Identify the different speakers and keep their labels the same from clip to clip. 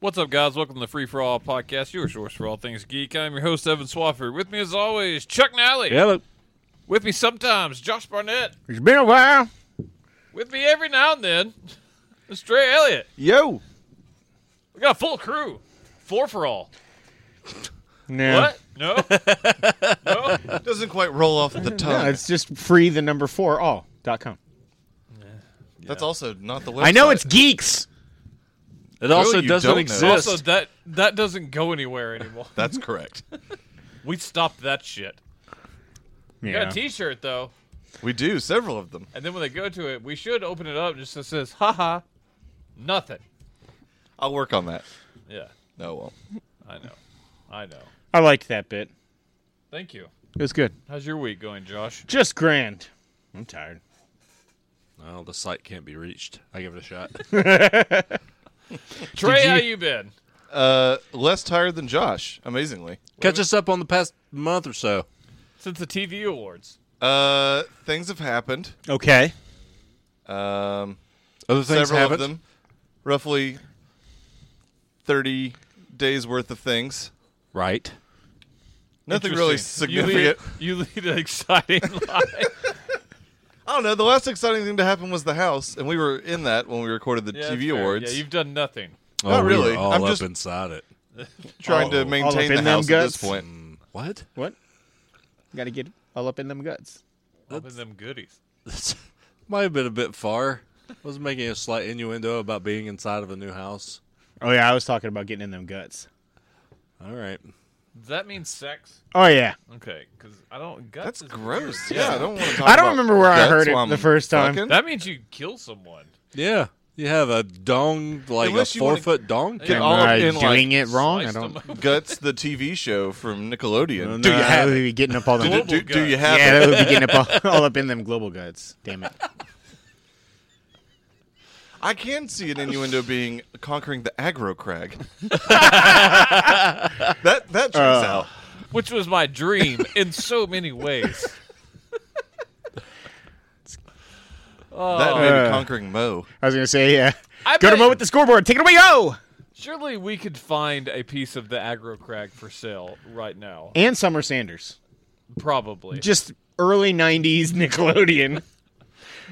Speaker 1: What's up, guys? Welcome to the Free for All podcast, your source for all things geek. I'm your host, Evan Swafford. With me, as always, Chuck Nally.
Speaker 2: Hello.
Speaker 1: With me sometimes, Josh Barnett.
Speaker 2: It's been a while.
Speaker 1: With me every now and then, it's Trey Elliott.
Speaker 2: Yo.
Speaker 1: We got a full crew. Four for all.
Speaker 2: No.
Speaker 1: What? No? no?
Speaker 3: Doesn't quite roll off the tongue.
Speaker 2: No, Uh, it's just free the number four all dot com.
Speaker 3: That's also not the website.
Speaker 2: I know it's geeks.
Speaker 4: It also
Speaker 3: you
Speaker 4: doesn't
Speaker 3: don't know.
Speaker 4: exist.
Speaker 1: Also, that, that doesn't go anywhere anymore.
Speaker 3: That's correct.
Speaker 1: We stopped that shit. We
Speaker 2: Yeah.
Speaker 1: got a t shirt, though.
Speaker 3: We do several of them.
Speaker 1: And then when they go to it, we should open it up just that says, haha, nothing.
Speaker 3: I'll work on that.
Speaker 1: Yeah,
Speaker 3: No, well,
Speaker 1: I know. I know.
Speaker 2: I liked that bit.
Speaker 1: Thank you.
Speaker 2: It was good.
Speaker 1: How's your week going, Josh?
Speaker 2: Just grand. I'm tired.
Speaker 4: well, the site can't be reached. I give it a shot.
Speaker 1: Trey, how you been?
Speaker 3: uh, less tired than Josh, amazingly.
Speaker 4: Catch us up on the past month or so.
Speaker 1: Since the TV awards.
Speaker 3: Uh, things have happened.
Speaker 2: Okay.
Speaker 3: Um,
Speaker 4: Other things
Speaker 3: several
Speaker 4: haven't.
Speaker 3: of them, roughly thirty days worth of things.
Speaker 4: Right.
Speaker 3: Nothing really
Speaker 1: Interesting.
Speaker 3: significant.
Speaker 1: You lead, you lead an exciting life.
Speaker 3: I don't know. The last exciting thing to happen was the house, and we were in that when we recorded the
Speaker 1: Yeah, that's
Speaker 3: TV
Speaker 1: fair.
Speaker 3: awards.
Speaker 1: Yeah, you've done nothing.
Speaker 3: Not
Speaker 4: Oh, we were
Speaker 3: really.
Speaker 4: all
Speaker 3: I'm
Speaker 4: up
Speaker 3: just-
Speaker 4: inside it.
Speaker 3: trying
Speaker 4: All
Speaker 3: to
Speaker 4: up
Speaker 3: maintain
Speaker 2: in
Speaker 3: the
Speaker 2: them
Speaker 3: house at this
Speaker 2: guts.
Speaker 3: point.
Speaker 4: What?
Speaker 2: What? Got to get all up in them guts.
Speaker 1: Up in them goodies.
Speaker 4: This might have been a bit far. I was making a slight innuendo about being inside of a new house.
Speaker 2: Oh yeah, I was talking about getting in them guts.
Speaker 4: All right.
Speaker 1: Does that mean sex?
Speaker 2: Oh yeah.
Speaker 1: Okay, because I don't. Guts
Speaker 3: That's
Speaker 1: is
Speaker 3: gross.
Speaker 1: weird.
Speaker 3: Yeah, I don't want to talk
Speaker 2: I don't
Speaker 3: about
Speaker 2: remember where I
Speaker 3: guts
Speaker 2: heard it
Speaker 3: while I'm
Speaker 2: the first time.
Speaker 3: fucking.
Speaker 1: That means you kill someone.
Speaker 4: Yeah. You have a dong, like
Speaker 3: Unless
Speaker 4: a
Speaker 3: you wanna-
Speaker 4: four foot dong?
Speaker 1: Yeah.
Speaker 3: Get all
Speaker 2: Am I
Speaker 3: up in
Speaker 2: doing
Speaker 3: like
Speaker 2: it wrong? I
Speaker 1: Sliced
Speaker 2: don't.
Speaker 1: them up.
Speaker 3: Guts, the TV show from Nickelodeon.
Speaker 2: No, that would be getting up all
Speaker 3: Do,
Speaker 2: them?
Speaker 3: do,
Speaker 1: Global
Speaker 3: do, do you
Speaker 1: guts.
Speaker 3: have
Speaker 2: yeah,
Speaker 3: it?
Speaker 2: that would be getting up all, all up in them global guts. Damn it.
Speaker 3: I can see an innuendo being conquering the aggro crag. that that checks
Speaker 2: Uh,
Speaker 3: out.
Speaker 1: Which was my dream in so many ways.
Speaker 3: That may be
Speaker 2: Uh.
Speaker 3: conquering Mo.
Speaker 2: I was gonna say yeah.
Speaker 1: I
Speaker 2: Go to
Speaker 1: bet-
Speaker 2: Mo with the scoreboard. Take it away, yo.
Speaker 1: Surely we could find a piece of the aggro crag for sale right now.
Speaker 2: And Summer Sanders.
Speaker 1: Probably.
Speaker 2: Just early '90s Nickelodeon.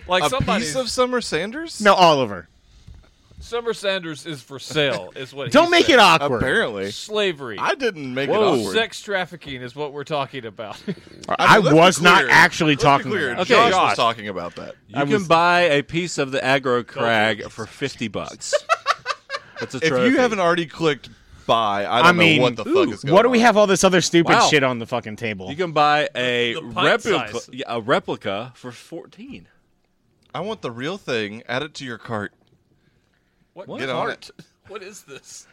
Speaker 1: like
Speaker 3: A
Speaker 1: somebody.
Speaker 3: piece of Summer Sanders?
Speaker 2: No, Oliver.
Speaker 1: Summer Sanders is for sale, is what. he
Speaker 2: Don't make
Speaker 1: said.
Speaker 2: it awkward.
Speaker 3: Apparently.
Speaker 1: slavery.
Speaker 3: I didn't make
Speaker 1: Whoa.
Speaker 3: it awkward.
Speaker 1: sex trafficking is what we're talking about.
Speaker 2: I,
Speaker 3: mean, let's be
Speaker 2: was not
Speaker 3: clear.
Speaker 2: actually
Speaker 3: Let's be
Speaker 2: talking.
Speaker 3: clear.
Speaker 2: about it.
Speaker 4: Okay,
Speaker 3: Josh
Speaker 4: Josh.
Speaker 3: was talking about that.
Speaker 4: You can buy a piece of the aggro crag for 50 bucks. That's a
Speaker 3: If
Speaker 4: trophy.
Speaker 3: you haven't already clicked buy, I don't
Speaker 2: I mean,
Speaker 3: know what the fuck
Speaker 4: ooh,
Speaker 3: is going
Speaker 2: What do we
Speaker 3: on.
Speaker 2: have all this other stupid
Speaker 4: Wow.
Speaker 2: shit on the fucking table?
Speaker 4: You can buy a
Speaker 1: The pint
Speaker 4: replica,
Speaker 1: size.
Speaker 4: yeah, a replica for fourteen.
Speaker 3: I want the real thing. Add it to your cart.
Speaker 1: What,
Speaker 3: Get on
Speaker 1: cart?
Speaker 3: it.
Speaker 1: What is this?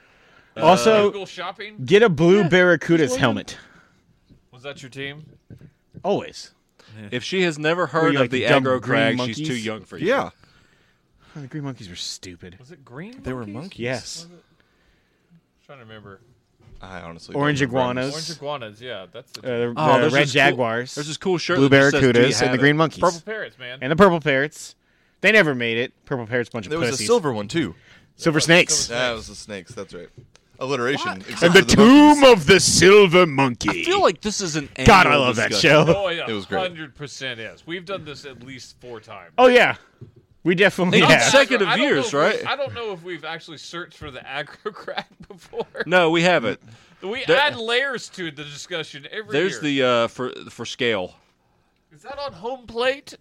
Speaker 2: also,
Speaker 1: Google shopping?
Speaker 2: get a blue Barracuda's helmet.
Speaker 1: Was that your team?
Speaker 2: Always.
Speaker 4: If she has never
Speaker 2: Were
Speaker 4: heard
Speaker 2: you
Speaker 4: of
Speaker 2: like
Speaker 4: the
Speaker 2: dumb
Speaker 4: aggro
Speaker 2: green
Speaker 4: crag, she's too
Speaker 2: monkeys?
Speaker 4: young for you.
Speaker 3: Yeah.
Speaker 2: Oh, the green monkeys were stupid.
Speaker 1: Was it green?
Speaker 3: They were
Speaker 1: monkeys?
Speaker 3: monkeys.
Speaker 2: Yes.
Speaker 1: I'm trying to remember.
Speaker 3: I honestly don't
Speaker 2: Orange
Speaker 3: remember.
Speaker 2: iguanas.
Speaker 1: Orange iguanas, yeah. That's the
Speaker 2: Uh, the
Speaker 4: Oh,
Speaker 2: the
Speaker 4: there's
Speaker 2: red
Speaker 4: this cool-
Speaker 2: jaguars.
Speaker 4: there's this cool shirt.
Speaker 2: blue
Speaker 4: that just says, "Do you
Speaker 2: Barracudas
Speaker 4: have
Speaker 2: and the
Speaker 4: it?"
Speaker 2: green monkeys.
Speaker 1: purple parrots, man.
Speaker 2: and the purple parrots. They never made it. Purple parrots, bunch of
Speaker 3: There was a
Speaker 2: pussies.
Speaker 3: silver one too.
Speaker 2: Silver snakes.
Speaker 3: That was the snakes. That's right. Alliteration. except
Speaker 2: And the
Speaker 3: for monkeys.
Speaker 2: tomb of the silver monkey.
Speaker 4: I feel like this is an.
Speaker 2: God, I
Speaker 4: annual
Speaker 2: love that
Speaker 4: discussion.
Speaker 2: show.
Speaker 1: oh yeah,
Speaker 3: It was great.
Speaker 1: Hundred percent is. We've done this at least four times.
Speaker 2: Oh yeah, we definitely
Speaker 4: They
Speaker 2: have.
Speaker 4: upset- Consecutive
Speaker 1: I don't know
Speaker 4: years,
Speaker 1: if we-
Speaker 4: right?
Speaker 1: I don't know if we've actually searched for the aggro crack before.
Speaker 4: No, we haven't.
Speaker 1: We
Speaker 4: There-
Speaker 1: add layers to the discussion every year.
Speaker 4: There's the uh, for for scale.
Speaker 1: Is that on home plate?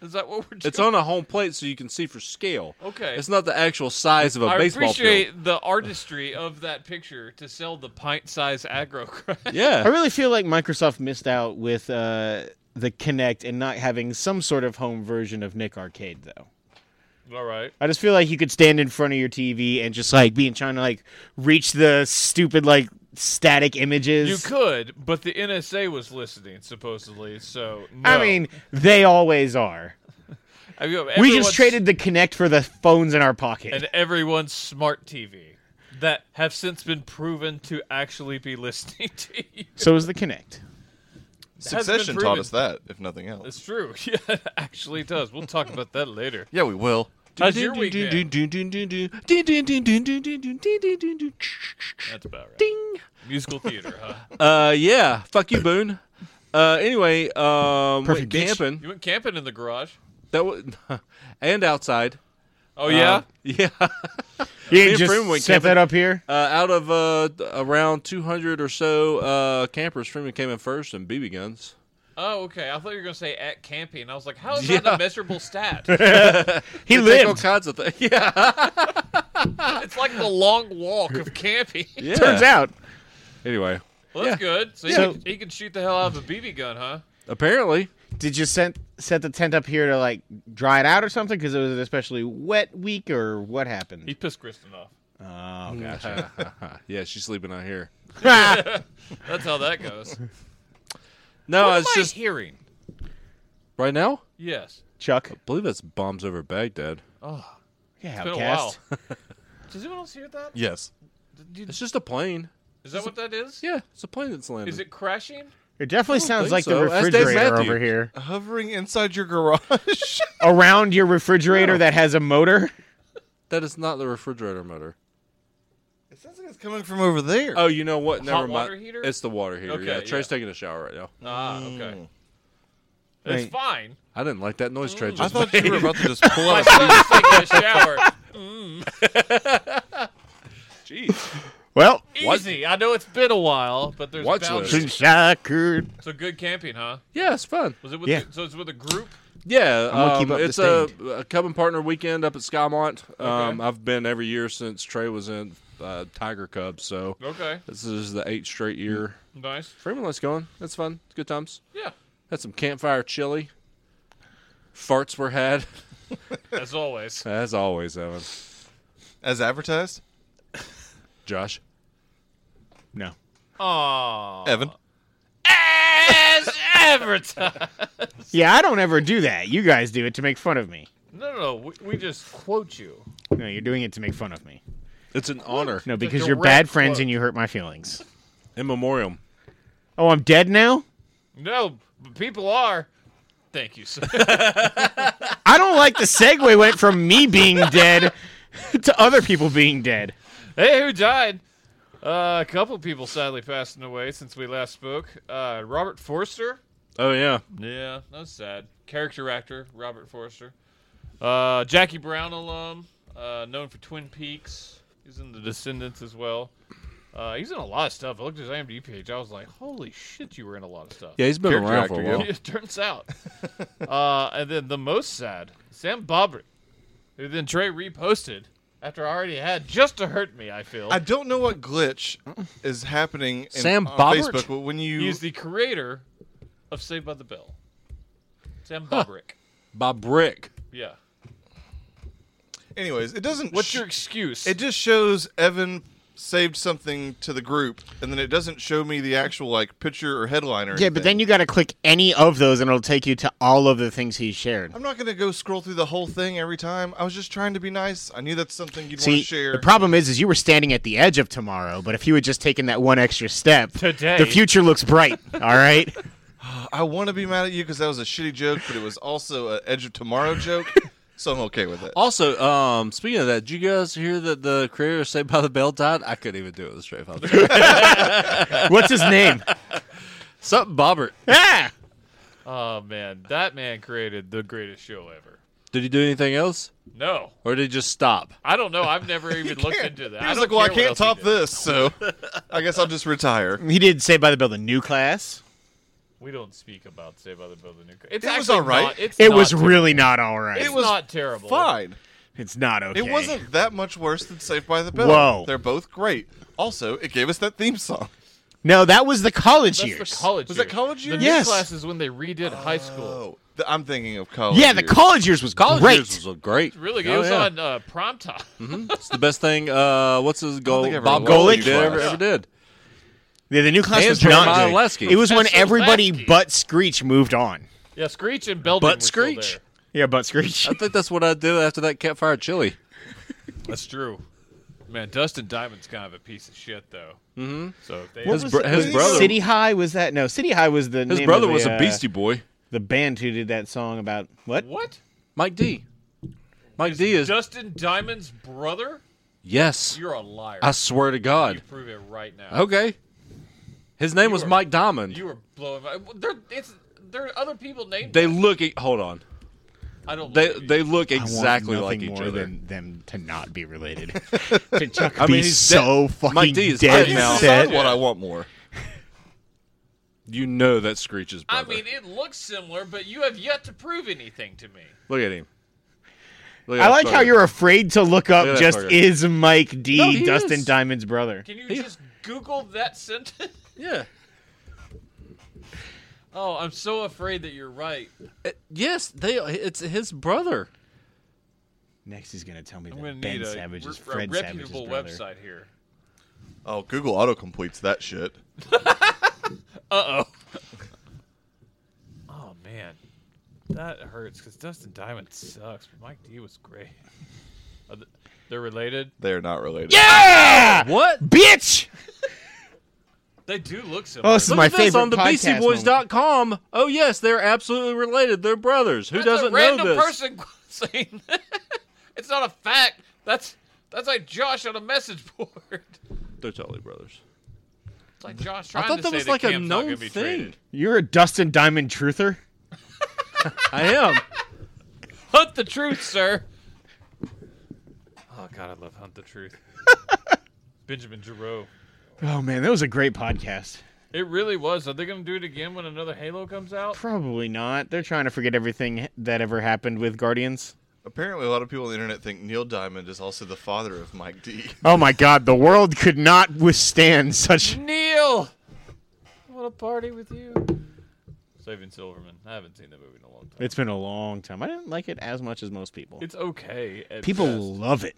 Speaker 1: Is that what we're doing?
Speaker 4: It's on a home plate, so you can see for scale.
Speaker 1: Okay.
Speaker 4: It's not the actual size of a
Speaker 1: I
Speaker 4: baseball
Speaker 1: appreciate
Speaker 4: field.
Speaker 1: the artistry of that picture to sell the pint-sized aggro crack.
Speaker 2: I
Speaker 4: Yeah.
Speaker 2: really feel like Microsoft missed out with uh, the Kinect and not having some sort of home version of Nick Arcade though.
Speaker 1: All right.
Speaker 2: I just feel like you could stand in front of your TV and just like be trying to like reach the stupid like static images.
Speaker 1: You could, but the NSA was listening supposedly. So no.
Speaker 2: I mean, they always are.
Speaker 1: I mean,
Speaker 2: We
Speaker 1: everyone's-
Speaker 2: just traded the Kinect for the phones in our pocket.
Speaker 1: and everyone's smart TV that have since been proven to actually be listening to you.
Speaker 2: so is the Kinect.
Speaker 1: been
Speaker 3: Succession
Speaker 1: proven.
Speaker 3: taught us that, if nothing else.
Speaker 1: It's true. Yeah, it actually does. We'll talk about that later.
Speaker 3: Yeah, we will.
Speaker 1: How's your
Speaker 2: Do-
Speaker 1: week
Speaker 2: do-
Speaker 1: been?
Speaker 2: do- do- do- do- do- do- do- do- do- do- do- do- do- do- do-
Speaker 1: That's about right.
Speaker 2: Ding.
Speaker 1: Musical theater, huh?
Speaker 4: Uh, yeah. Fuck you, Boone. Uh, anyway, um,
Speaker 2: Perfect
Speaker 4: went
Speaker 2: bitch.
Speaker 4: camping.
Speaker 1: You went camping in the garage.
Speaker 4: That was, and outside.
Speaker 1: Oh yeah.
Speaker 4: Um, yeah.
Speaker 2: You
Speaker 4: and
Speaker 2: didn't
Speaker 4: Frim
Speaker 2: just
Speaker 4: went
Speaker 2: set
Speaker 4: camping.
Speaker 2: that up here.
Speaker 4: Uh, out of uh, around 200 or so uh, campers, Freeman came in first and BB guns.
Speaker 1: oh okay. I thought you were gonna say at camping. I was like, how is
Speaker 4: Yeah.
Speaker 1: that a miserable stat?
Speaker 2: He
Speaker 4: They take all
Speaker 2: lived.
Speaker 4: kinds of things. Yeah.
Speaker 1: it's like the long walk of camping.
Speaker 4: yeah.
Speaker 2: Turns out.
Speaker 4: Anyway,
Speaker 1: Well, that's good. So,
Speaker 2: So-
Speaker 1: he, can, he can shoot the hell out of a BB gun, huh?
Speaker 4: apparently,
Speaker 2: Did you set set the tent up here to like dry it out or something? Because it was an especially wet week, or what
Speaker 1: He
Speaker 2: happened?
Speaker 1: pissed Kristen off.
Speaker 2: Oh
Speaker 1: Mm.
Speaker 2: gosh.
Speaker 4: yeah, she's sleeping out here.
Speaker 1: That's how that goes.
Speaker 4: No,
Speaker 1: what am
Speaker 4: it's
Speaker 1: I
Speaker 4: just
Speaker 1: hearing.
Speaker 4: right now.
Speaker 1: Yes.
Speaker 2: Chuck.
Speaker 4: I believe that's bombs over Baghdad.
Speaker 1: Oh,
Speaker 2: Yeah,
Speaker 1: it's been
Speaker 2: outcast.
Speaker 1: a while. Does anyone else hear that?
Speaker 3: Yes.
Speaker 1: Do you-
Speaker 4: It's just a plane.
Speaker 1: Is that what that is?
Speaker 4: Yeah, it's a plane that's landing.
Speaker 1: Is it crashing?
Speaker 2: It definitely
Speaker 4: don't
Speaker 2: sounds
Speaker 4: think
Speaker 2: like the
Speaker 4: so. That's Dave
Speaker 2: refrigerator
Speaker 4: Matthews.
Speaker 2: over here.
Speaker 3: Hovering inside your garage.
Speaker 2: Around your refrigerator that has a motor.
Speaker 4: That is not the refrigerator motor.
Speaker 3: it sounds like it's coming from over there.
Speaker 4: Oh, you know what?
Speaker 1: Hot
Speaker 4: Never mind.
Speaker 1: water heater?
Speaker 4: It's the water heater.
Speaker 1: Okay,
Speaker 4: yeah, Trey's
Speaker 1: yeah.
Speaker 4: taking a shower right now.
Speaker 1: Ah, okay. It's
Speaker 2: Wait.
Speaker 1: fine.
Speaker 4: I didn't like that noise
Speaker 1: Oh.
Speaker 4: Trey just
Speaker 3: I thought
Speaker 4: made.
Speaker 3: you were about to just pull
Speaker 1: My
Speaker 3: out.
Speaker 1: son's taking a shower.
Speaker 4: Jeez.
Speaker 2: Well,
Speaker 4: What?
Speaker 1: Easy. I know it's been a while, but there's
Speaker 4: What's
Speaker 1: boundaries.
Speaker 4: this?
Speaker 2: since I could-
Speaker 1: So good camping, huh?
Speaker 4: Yeah, it's fun.
Speaker 1: Was it with?
Speaker 2: Yeah.
Speaker 1: The, so it's with a group.
Speaker 4: Yeah,
Speaker 2: gonna keep
Speaker 4: um,
Speaker 2: up the
Speaker 4: it's a, a Cub and Partner weekend up at Skymont. Um,
Speaker 1: Okay.
Speaker 4: I've been every year since Trey was in uh, Tiger Cubs, so
Speaker 1: Okay.
Speaker 4: this is the eighth straight year.
Speaker 1: Nice.
Speaker 4: Freeman, let's go on. That's fun. It's good times.
Speaker 1: Yeah.
Speaker 4: Had some campfire chili. Farts were had,
Speaker 1: As always.
Speaker 4: as always, Evan.
Speaker 3: As advertised?
Speaker 4: Josh.
Speaker 2: No.
Speaker 1: Aww.
Speaker 3: Evan.
Speaker 1: As advertised.
Speaker 2: Yeah, I don't ever do that. You guys do it to make fun of me.
Speaker 1: No, no, no. We, we just quote you.
Speaker 2: No, you're doing it to make fun of me.
Speaker 4: It's an honor.
Speaker 2: No,
Speaker 1: It's a
Speaker 2: because you're
Speaker 1: direct
Speaker 2: bad friends
Speaker 1: quote.
Speaker 2: and you hurt my feelings.
Speaker 4: In memoriam.
Speaker 2: Oh, I'm dead now?
Speaker 1: No, but people are. Thank you, sir.
Speaker 2: I don't like the segue went from me being dead to other people being dead.
Speaker 1: hey, who died? Uh, a couple people sadly passing away since we last spoke. Uh, Robert Forster.
Speaker 4: Oh, yeah.
Speaker 1: Yeah, that's sad. Character actor Robert Forster. Uh, Jackie Brown alum, uh, known for Twin Peaks. He's in The Descendants as well. Uh, he's in a lot of stuff. I looked at his IMDb page. I was like, "Holy shit, you were in a lot of stuff."
Speaker 4: Yeah, he's been
Speaker 3: Character
Speaker 4: around for a
Speaker 3: actor, yeah.
Speaker 4: while.
Speaker 1: it turns out. uh, and then the most sad, Sam Bobrick, who then Trey reposted after I already had just to hurt me. I feel
Speaker 3: I don't know what glitch is happening in,
Speaker 4: Sam
Speaker 3: on
Speaker 4: Bobbert?
Speaker 3: Facebook, but when you
Speaker 1: he's the creator of Saved by the Bell. Sam Bobrick.
Speaker 4: By Brick.
Speaker 1: Yeah.
Speaker 3: anyways, it doesn't
Speaker 1: What's
Speaker 3: sh-
Speaker 1: your excuse?
Speaker 3: it just shows Evan saved something to the group and then it doesn't show me the actual like picture or headline or
Speaker 2: Yeah, but then you got to click any of those and it'll take you to all of the things he shared.
Speaker 3: I'm not gonna go scroll through the whole thing every time. I was just trying to be nice. I knew that's something you'd want
Speaker 2: See,
Speaker 3: to share.
Speaker 2: the problem is, is you were standing at the edge of tomorrow, but if you had just taken that one extra step,
Speaker 1: Today.
Speaker 2: the future looks bright. All right,
Speaker 3: I want to be mad at you because that was a shitty joke, but it was also an Edge of Tomorrow joke, so I'm okay with it.
Speaker 4: Also, um, speaking of that, did you guys hear that the creator of Saved by the Bell died? I couldn't even do it with a straight face.
Speaker 2: what's his name?
Speaker 4: Something Bobbert.
Speaker 2: ah,
Speaker 1: oh man, that man created the greatest show ever.
Speaker 4: Did he do anything else?
Speaker 1: No,
Speaker 4: Or did he just stop?
Speaker 1: I don't know. I've never even looked into that.
Speaker 3: He
Speaker 1: I
Speaker 3: was
Speaker 1: don't
Speaker 3: like, "Well, I
Speaker 1: care what else
Speaker 3: can't
Speaker 1: he
Speaker 3: top
Speaker 1: did.
Speaker 3: this, so I guess I'll just retire."
Speaker 2: he did say by the bell the new class.
Speaker 1: We don't speak about Saved by the Bell. The new. It's
Speaker 3: It
Speaker 1: actually
Speaker 3: was alright.
Speaker 1: Not, it's
Speaker 2: It
Speaker 1: not
Speaker 2: was
Speaker 1: terrible.
Speaker 2: really not all right.
Speaker 1: It's
Speaker 3: was
Speaker 1: not terrible.
Speaker 3: Fine.
Speaker 2: it's not okay.
Speaker 3: It wasn't that much worse than Saved by the Bell.
Speaker 2: Whoa.
Speaker 3: They're both great. Also, it gave us that theme song.
Speaker 2: No, that was the college
Speaker 1: That's
Speaker 2: years.
Speaker 1: the college.
Speaker 3: Was
Speaker 1: years.
Speaker 3: that college
Speaker 1: The
Speaker 3: years?
Speaker 1: new
Speaker 2: Yes.
Speaker 1: class is when they redid high school.
Speaker 3: Oh, th- I'm thinking of college.
Speaker 2: yeah, the
Speaker 3: years.
Speaker 2: college years was
Speaker 4: College
Speaker 2: great.
Speaker 4: years Oh, was great.
Speaker 1: Really good.
Speaker 4: Oh,
Speaker 1: it was
Speaker 4: yeah.
Speaker 1: on uh, prom time.
Speaker 4: It's the best thing. Uh, what's his goal?
Speaker 3: think I ever
Speaker 4: Bob
Speaker 3: watched
Speaker 4: Golick
Speaker 3: College
Speaker 4: did, ever,
Speaker 3: Class.
Speaker 4: ever did.
Speaker 2: yeah, the new class
Speaker 4: And
Speaker 2: was not
Speaker 4: Jeremiah
Speaker 2: good.
Speaker 4: Lesky.
Speaker 2: It was when
Speaker 1: That's so
Speaker 2: everybody
Speaker 1: Lesky.
Speaker 2: but Screech moved on.
Speaker 1: Yeah, Screech and Belden.
Speaker 4: But
Speaker 1: were still
Speaker 4: Screech.
Speaker 1: there.
Speaker 2: Yeah, but Screech.
Speaker 4: I think that's what I did after that campfire chili.
Speaker 1: That's true. Man, Dustin Diamond's kind of a piece of shit, though. Mm-hmm. So if they
Speaker 4: His bro- his
Speaker 3: the-
Speaker 4: brother-
Speaker 2: City High was that? No, City High was the
Speaker 4: His
Speaker 2: name
Speaker 4: brother
Speaker 2: of the,
Speaker 4: was a
Speaker 2: uh,
Speaker 4: Beastie Boy.
Speaker 2: the band who did that song about what?
Speaker 1: what?
Speaker 4: Mike D. Mike D is
Speaker 1: Dustin Diamond's brother?
Speaker 4: yes.
Speaker 1: You're a liar.
Speaker 4: I swear to
Speaker 1: you
Speaker 4: God.
Speaker 1: prove it right now.
Speaker 4: Okay. His name
Speaker 1: You
Speaker 4: was
Speaker 1: are-
Speaker 4: Mike Diamond.
Speaker 1: You were blowing. My, there, it's there are other people named.
Speaker 4: they look. e- Hold on.
Speaker 1: I don't.
Speaker 4: They
Speaker 1: believe you.
Speaker 4: they look
Speaker 2: I want
Speaker 4: exactly like
Speaker 2: nothing
Speaker 4: each
Speaker 2: more
Speaker 4: other.
Speaker 2: Than them to not be related. to Chuck
Speaker 4: I mean,
Speaker 2: be
Speaker 4: he's
Speaker 2: so fucking
Speaker 4: Mike D is
Speaker 2: dead
Speaker 4: dead
Speaker 2: and
Speaker 4: now.
Speaker 2: set.
Speaker 3: That's what I want more.
Speaker 4: You know that Screech's
Speaker 1: I
Speaker 4: brother.
Speaker 1: mean, it looks similar, but you have yet to prove anything to me.
Speaker 4: look at him. Look at
Speaker 2: I
Speaker 4: that
Speaker 2: like how
Speaker 4: fucker.
Speaker 2: you're afraid to look
Speaker 4: Look
Speaker 2: up
Speaker 4: at that
Speaker 2: just
Speaker 4: fucker.
Speaker 2: is Mike D
Speaker 4: No, he
Speaker 2: Dustin
Speaker 4: is.
Speaker 2: Diamond's brother.
Speaker 1: Can you
Speaker 4: He-
Speaker 1: just Google that sentence?
Speaker 4: Yeah.
Speaker 1: Oh, I'm so afraid that you're right.
Speaker 4: Uh, yes, they. It's his brother.
Speaker 2: Next, he's gonna tell me
Speaker 1: I'm going
Speaker 2: that
Speaker 1: to need
Speaker 2: Ben
Speaker 1: a,
Speaker 2: Savage is
Speaker 1: re- a
Speaker 2: Fred Savage's
Speaker 1: reputable
Speaker 2: brother.
Speaker 1: website here.
Speaker 3: Oh, Google auto completes that shit.
Speaker 1: Uh oh. oh man, that hurts because Dustin Diamond sucks, but Mike D was great. Are th- they're related.
Speaker 3: They're not related.
Speaker 2: Yeah,
Speaker 4: What?
Speaker 2: Ah! bitch!
Speaker 1: They do look similar.
Speaker 2: Oh, this is
Speaker 4: Look
Speaker 2: my
Speaker 4: at this
Speaker 2: favorite
Speaker 4: on the
Speaker 2: podcast
Speaker 4: BCBoys.com. Oh yes, they're absolutely related. They're brothers. Who
Speaker 1: That's
Speaker 4: doesn't
Speaker 1: a random
Speaker 4: know this?
Speaker 1: person saying that. it's not a fact. That's that's like Josh on a message board. It's
Speaker 4: They're totally brothers.
Speaker 1: like Josh trying
Speaker 4: I thought
Speaker 1: to
Speaker 4: that
Speaker 1: say
Speaker 4: was like a
Speaker 1: Cam's not
Speaker 4: known
Speaker 1: gonna be
Speaker 4: thing.
Speaker 1: traded.
Speaker 2: You're a Dustin Diamond truther.
Speaker 4: I am.
Speaker 1: Hunt the truth, sir. Oh God, I love Hunt the Truth. Benjamin Giroux.
Speaker 2: Oh man, that was a great podcast.
Speaker 1: It really was. Are they going to do it again when another Halo comes out?
Speaker 2: Probably not. They're trying to forget everything that ever happened with Guardians.
Speaker 3: Apparently, a lot of people on the internet think Neil Diamond is also the father of Mike D.
Speaker 2: Oh my God, the world could not withstand such.
Speaker 1: Neil, I want to party with you. Saving Silverman. I haven't seen that movie in a long time.
Speaker 2: It's been a long time. I didn't like it as much as most people.
Speaker 1: It's okay. at
Speaker 2: People
Speaker 1: best.
Speaker 2: love it.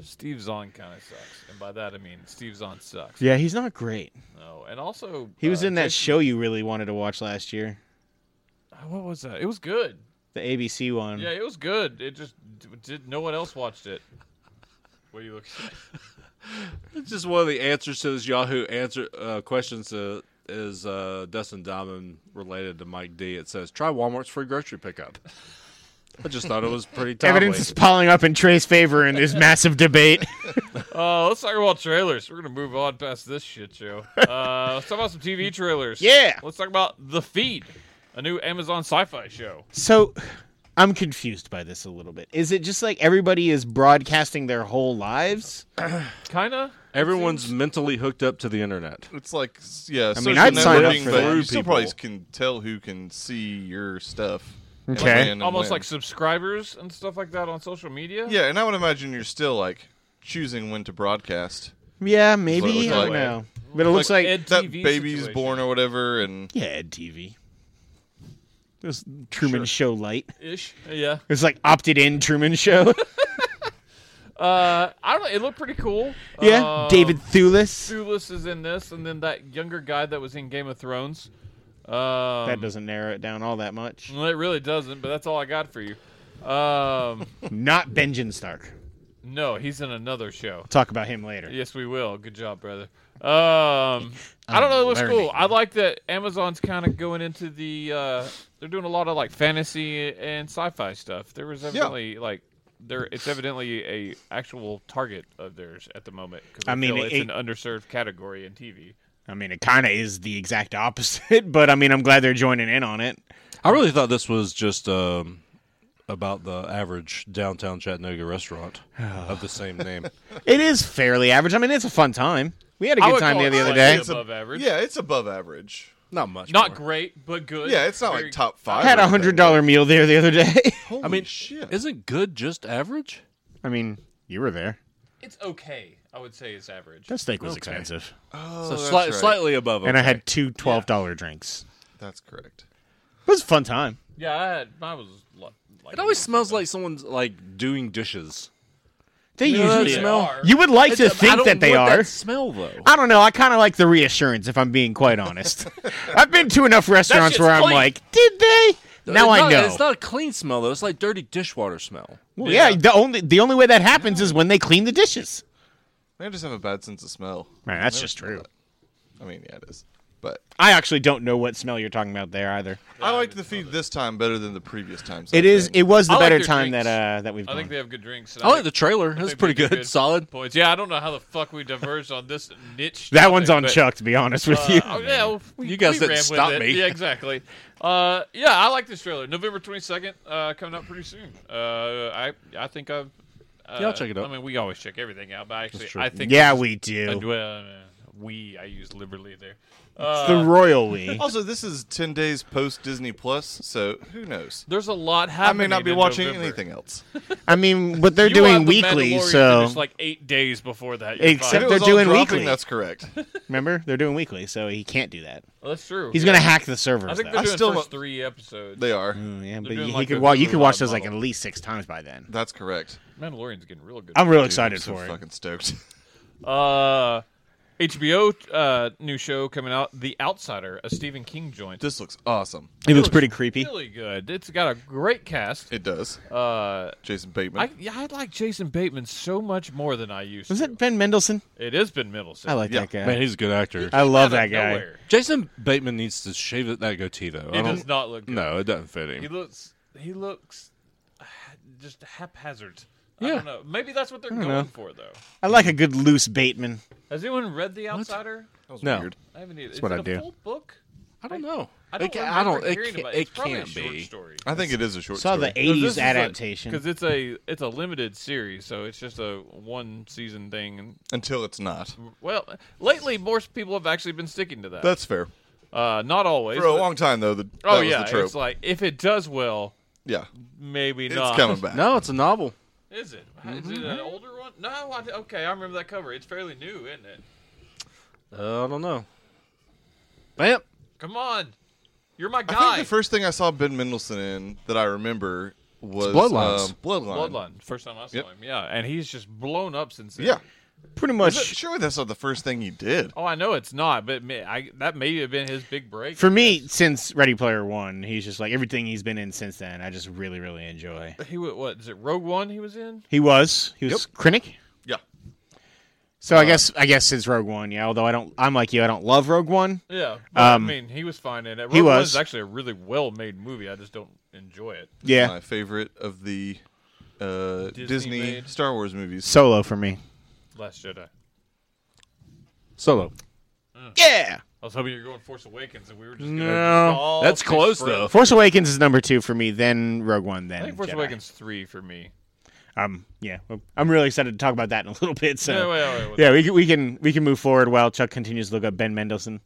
Speaker 1: Steve Zahn kind of sucks, and by that I mean Steve Zahn sucks.
Speaker 2: Yeah, he's not great.
Speaker 1: No, and also
Speaker 2: He was
Speaker 1: uh,
Speaker 2: in that
Speaker 1: Jason-
Speaker 2: show you really wanted to watch last year,
Speaker 1: what was that? It was good.
Speaker 2: the ABC one.
Speaker 1: Yeah, it was good. It just d- did. No one else watched it. What are you looking? at?
Speaker 4: It's just one of the answers to this Yahoo answer uh, questions uh, is uh, Dustin Diamond related to Mike D. It says try Walmart's free grocery pickup. I just thought it was pretty timely.
Speaker 2: Evidence is piling up in Trey's favor in this massive debate.
Speaker 1: Uh, let's talk about trailers. We're gonna move on past this shit show. Uh, let's talk about some TV trailers.
Speaker 2: Yeah.
Speaker 1: Let's talk about The Feed, a new Amazon sci-fi show.
Speaker 2: So I'm confused by this a little bit. Is it just like everybody is broadcasting their whole lives?
Speaker 1: Kinda.
Speaker 4: Everyone's mentally hooked up to the internet.
Speaker 3: It's like, yeah, I
Speaker 2: mean, I'd sign up for
Speaker 3: but
Speaker 2: that.
Speaker 3: you still
Speaker 4: People.
Speaker 3: probably can tell who can see your stuff. and
Speaker 2: Okay.
Speaker 3: when and
Speaker 1: almost
Speaker 3: when.
Speaker 1: like subscribers and stuff like that on social media.
Speaker 3: yeah, and I would imagine you're still like choosing when to broadcast.
Speaker 2: Yeah,
Speaker 3: That's what
Speaker 2: maybe. I
Speaker 3: it
Speaker 2: don't
Speaker 3: looks like.
Speaker 2: know. But it looks like,
Speaker 1: Ed
Speaker 3: that
Speaker 1: TV
Speaker 3: baby's
Speaker 1: situation.
Speaker 3: born or whatever, and
Speaker 2: yeah, Ed TV. It was Truman Show light.
Speaker 1: ish. Yeah.
Speaker 2: It was like opted in Truman Show.
Speaker 1: Uh, I don't know. It looked pretty cool.
Speaker 2: yeah,
Speaker 1: Um,
Speaker 2: Oh. David Thewlis.
Speaker 1: Thewlis is in this, and then that younger guy that was in Game of Thrones. Um,
Speaker 2: that doesn't narrow it down all that much.
Speaker 1: Well, it really doesn't, but that's all I got for you. Um,
Speaker 2: Not Benjamin Stark.
Speaker 1: no, he's in another show.
Speaker 2: Talk about him later.
Speaker 1: Yes, we will. Good job, brother. Um, I don't know. It looks
Speaker 2: learning.
Speaker 1: cool. I like that Amazon's kind of going into the. Uh, they're doing a lot of like fantasy and sci-fi stuff. There was evidently like there. It's evidently a actual target of theirs at the moment. 'cause
Speaker 2: I mean,
Speaker 1: feel
Speaker 2: it-
Speaker 1: it's an underserved category in TV.
Speaker 2: I mean, it kind of is the exact opposite, but I mean, I'm glad they're joining in on it.
Speaker 4: I really thought this was just um, about the average downtown Chattanooga restaurant of the same name.
Speaker 2: It is fairly average. I mean, it's a fun time. We had a
Speaker 1: I
Speaker 2: good
Speaker 1: would
Speaker 2: time
Speaker 1: call
Speaker 2: there
Speaker 1: it
Speaker 2: the other
Speaker 1: slightly
Speaker 2: day.
Speaker 1: above average.
Speaker 3: yeah, it's above average.
Speaker 4: Not much.
Speaker 1: Not
Speaker 4: more.
Speaker 1: great, but good.
Speaker 3: Yeah, it's not
Speaker 1: Very-
Speaker 3: like top
Speaker 2: I had
Speaker 3: five. or
Speaker 2: a
Speaker 3: anything,
Speaker 2: hundred dollar meal there the other day.
Speaker 3: but- Holy
Speaker 4: I mean,
Speaker 3: shit.
Speaker 4: Isn't good just average?
Speaker 2: I mean, you were there.
Speaker 1: It's okay. I would say it's average.
Speaker 2: That steak was
Speaker 4: Okay.
Speaker 2: expensive,
Speaker 3: oh,
Speaker 4: so
Speaker 3: that's
Speaker 4: sli-
Speaker 3: right.
Speaker 4: slightly above.
Speaker 2: and I
Speaker 4: okay.
Speaker 2: had two twelve dollar drinks.
Speaker 3: That's correct.
Speaker 2: It was a fun time.
Speaker 1: yeah, I had, I was lo- like.
Speaker 4: It always smells like someone's like doing dishes.
Speaker 2: They
Speaker 4: You know that
Speaker 2: usually
Speaker 4: smell?
Speaker 2: are. You would like to
Speaker 4: It's- I
Speaker 2: think
Speaker 4: don't
Speaker 2: that they
Speaker 4: want
Speaker 2: are.
Speaker 4: That smell though.
Speaker 2: I don't know. I kind of like the reassurance, if I'm being quite honest. I've been to enough restaurants
Speaker 1: shit's
Speaker 2: where I'm
Speaker 1: clean.
Speaker 2: like, did they? Now I
Speaker 4: It's not-
Speaker 2: know.
Speaker 4: It's not a clean smell though. It's like dirty dishwater smell.
Speaker 2: Well, yeah. the only the only way that happens is when they clean the dishes.
Speaker 3: I just have a bad sense of smell.
Speaker 2: Man, that's just true.
Speaker 3: I mean, yeah, it is. But
Speaker 2: I actually don't know what smell you're talking about there either.
Speaker 3: I liked the feed this time better than the previous times.
Speaker 2: It is. It was the
Speaker 1: I like
Speaker 2: better
Speaker 1: their
Speaker 2: time
Speaker 1: drinks.
Speaker 2: that uh that we've.
Speaker 1: I
Speaker 2: Gone.
Speaker 1: think they have good drinks. and
Speaker 4: I like the
Speaker 1: think
Speaker 4: trailer.
Speaker 1: I
Speaker 4: That's
Speaker 1: think
Speaker 4: pretty
Speaker 1: they do
Speaker 4: good. Solid.
Speaker 1: points. Yeah, I don't know how the fuck we diverged on this niche.
Speaker 2: that one's
Speaker 1: topic,
Speaker 2: on
Speaker 1: but-
Speaker 2: Chuck, to be honest with
Speaker 1: Uh,
Speaker 2: you.
Speaker 1: oh, yeah, well, we,
Speaker 4: You guys
Speaker 1: we
Speaker 4: didn't
Speaker 1: ran with
Speaker 4: stop
Speaker 1: it.
Speaker 4: me.
Speaker 1: Yeah, exactly. Uh, yeah, I like this trailer. November twenty second, uh, coming out pretty soon. Uh, I I think I've. Uh,
Speaker 4: I'll check it out.
Speaker 1: I mean, we always check everything out, but actually,
Speaker 4: true.
Speaker 1: I think
Speaker 2: Yeah,
Speaker 1: this
Speaker 2: we
Speaker 1: is-
Speaker 2: do.
Speaker 1: well, uh, we I use liberally there.
Speaker 2: the royal we.
Speaker 3: Also, this is ten days post Disney Plus, so who knows?
Speaker 1: There's a lot
Speaker 3: I
Speaker 1: happening.
Speaker 3: may not be
Speaker 1: in
Speaker 3: watching
Speaker 1: November.
Speaker 3: anything else.
Speaker 2: I mean, but they're
Speaker 1: You
Speaker 2: doing
Speaker 1: have the
Speaker 2: weekly,
Speaker 1: Mandalorian
Speaker 2: so
Speaker 1: finished, like eight days before that. you're
Speaker 2: Except-
Speaker 3: If it
Speaker 1: fine.
Speaker 2: They're
Speaker 3: was all
Speaker 2: doing
Speaker 3: dropping,
Speaker 2: weekly.
Speaker 3: That's correct.
Speaker 2: remember they're doing weekly, so he can't do that.
Speaker 1: that's true.
Speaker 2: He's
Speaker 1: Yeah.
Speaker 2: gonna hack the servers.
Speaker 1: I think
Speaker 2: though.
Speaker 1: they're doing
Speaker 3: still
Speaker 1: first
Speaker 3: don't-
Speaker 1: three episodes.
Speaker 3: They are.
Speaker 2: Mm, yeah, but
Speaker 1: doing
Speaker 2: he
Speaker 1: like
Speaker 2: could
Speaker 1: a
Speaker 2: wa- you could
Speaker 1: Hulu
Speaker 2: watch
Speaker 1: Live
Speaker 2: those like at
Speaker 1: model.
Speaker 2: least six times by then.
Speaker 3: That's correct.
Speaker 1: Mandalorian's getting real good.
Speaker 2: I'm real
Speaker 3: Dude, I'm
Speaker 2: excited
Speaker 3: so
Speaker 2: for it.
Speaker 3: Fucking stoked.
Speaker 1: Uh, HBO uh, new show coming out, The Outsider, a Stephen King joint.
Speaker 3: this looks awesome.
Speaker 2: It looks pretty creepy.
Speaker 1: Really good. It's got a great cast.
Speaker 3: It does.
Speaker 1: Uh,
Speaker 3: Jason Bateman.
Speaker 1: I yeah, I like Jason Bateman so much more than I used.
Speaker 2: Was
Speaker 1: to.
Speaker 2: it Ben Mendelsohn?
Speaker 1: It has been Middleton.
Speaker 2: I like
Speaker 3: Yeah.
Speaker 2: that guy.
Speaker 4: Man, he's a good actor.
Speaker 2: I love that guy.
Speaker 4: Jason Bateman needs to shave it- that goatee though.
Speaker 1: He
Speaker 4: I don't,
Speaker 1: does not look. Good.
Speaker 4: Um, No, it doesn't fit him.
Speaker 1: He looks. He looks ha- just haphazard. I
Speaker 4: Yeah.
Speaker 1: don't know. Maybe that's what they're going
Speaker 2: know.
Speaker 1: for, though.
Speaker 2: I like a good loose Bateman.
Speaker 1: Has anyone read The Outsider?
Speaker 3: that was
Speaker 4: no.
Speaker 3: weird.
Speaker 1: I haven't either. Is
Speaker 4: what
Speaker 1: it
Speaker 4: I
Speaker 1: a
Speaker 4: do.
Speaker 1: full book?
Speaker 4: I don't know.
Speaker 1: I don't.
Speaker 4: it can,
Speaker 1: remember
Speaker 4: I don't. It
Speaker 1: hearing
Speaker 4: can't,
Speaker 1: about
Speaker 4: it
Speaker 1: It's probably a
Speaker 4: can't
Speaker 1: short
Speaker 4: be.
Speaker 1: story.
Speaker 3: I think it is a short
Speaker 2: Saw
Speaker 3: story.
Speaker 2: the '80s adaptation.
Speaker 1: because it's a it's a limited series, so it's just a one season thing. And
Speaker 3: Until it's not.
Speaker 1: well, lately more people have actually been sticking to that.
Speaker 3: That's fair.
Speaker 1: uh, not always.
Speaker 3: For a
Speaker 1: but-
Speaker 3: long time though, the, that
Speaker 1: oh
Speaker 3: was
Speaker 1: yeah,
Speaker 3: the trope.
Speaker 1: it's like if it does well,
Speaker 3: yeah,
Speaker 1: maybe
Speaker 3: it's
Speaker 1: not.
Speaker 3: coming back.
Speaker 4: No, it's a novel.
Speaker 1: Is it? Is it an older one? No, I, okay, I remember that cover. It's fairly new, isn't it?
Speaker 4: Uh, I don't know. Bam.
Speaker 1: Come on, you're my
Speaker 3: I
Speaker 1: guy.
Speaker 3: think the first thing I saw Ben Mendelsohn in that I remember was
Speaker 4: Bloodlines.
Speaker 3: um, Bloodline.
Speaker 1: Bloodline, first time I saw
Speaker 3: Yep.
Speaker 1: him. Yeah, and he's just blown up since then.
Speaker 3: Yeah.
Speaker 2: Pretty
Speaker 3: Was
Speaker 2: much
Speaker 3: that- surely that's not the first thing he did.
Speaker 1: Oh, I know it's not, but ma- I, that may have been his big break.
Speaker 2: for me since Ready Player One. He's just like everything he's been in since then. I just really, really enjoy.
Speaker 1: he wa- what is it? Rogue One. He was in.
Speaker 2: He was he was Krennic.
Speaker 3: Yeah.
Speaker 2: So
Speaker 1: Uh,
Speaker 2: I guess I guess since Rogue One, yeah. Although I don't, I'm like you, I don't love Rogue One.
Speaker 1: Yeah, but,
Speaker 2: Um,
Speaker 1: I mean, he was fine in it. Rogue
Speaker 2: he
Speaker 1: One
Speaker 2: was.
Speaker 1: is actually a really well-made movie. I just don't enjoy it.
Speaker 2: Yeah,
Speaker 3: My favorite of the uh, Disney,
Speaker 1: made.
Speaker 3: Star Wars movies.
Speaker 2: Solo for me.
Speaker 1: Last Jedi. I
Speaker 4: Solo.
Speaker 2: Yeah,
Speaker 1: was hoping you were going Force Awakens, and we were just gonna just
Speaker 4: No,
Speaker 1: all
Speaker 4: that's
Speaker 1: pick
Speaker 4: close
Speaker 1: Frodo.
Speaker 4: though.
Speaker 2: Force Awakens is number two for me. Then Rogue One. Then
Speaker 1: I think Force
Speaker 2: Jedi.
Speaker 1: Awakens three for me.
Speaker 2: Um, yeah, well, I'm really excited to talk about that in a little bit. So
Speaker 1: Yeah, wait, wait, wait.
Speaker 2: yeah, we can, we can we can move forward while Chuck continues to look up Ben Mendelsohn.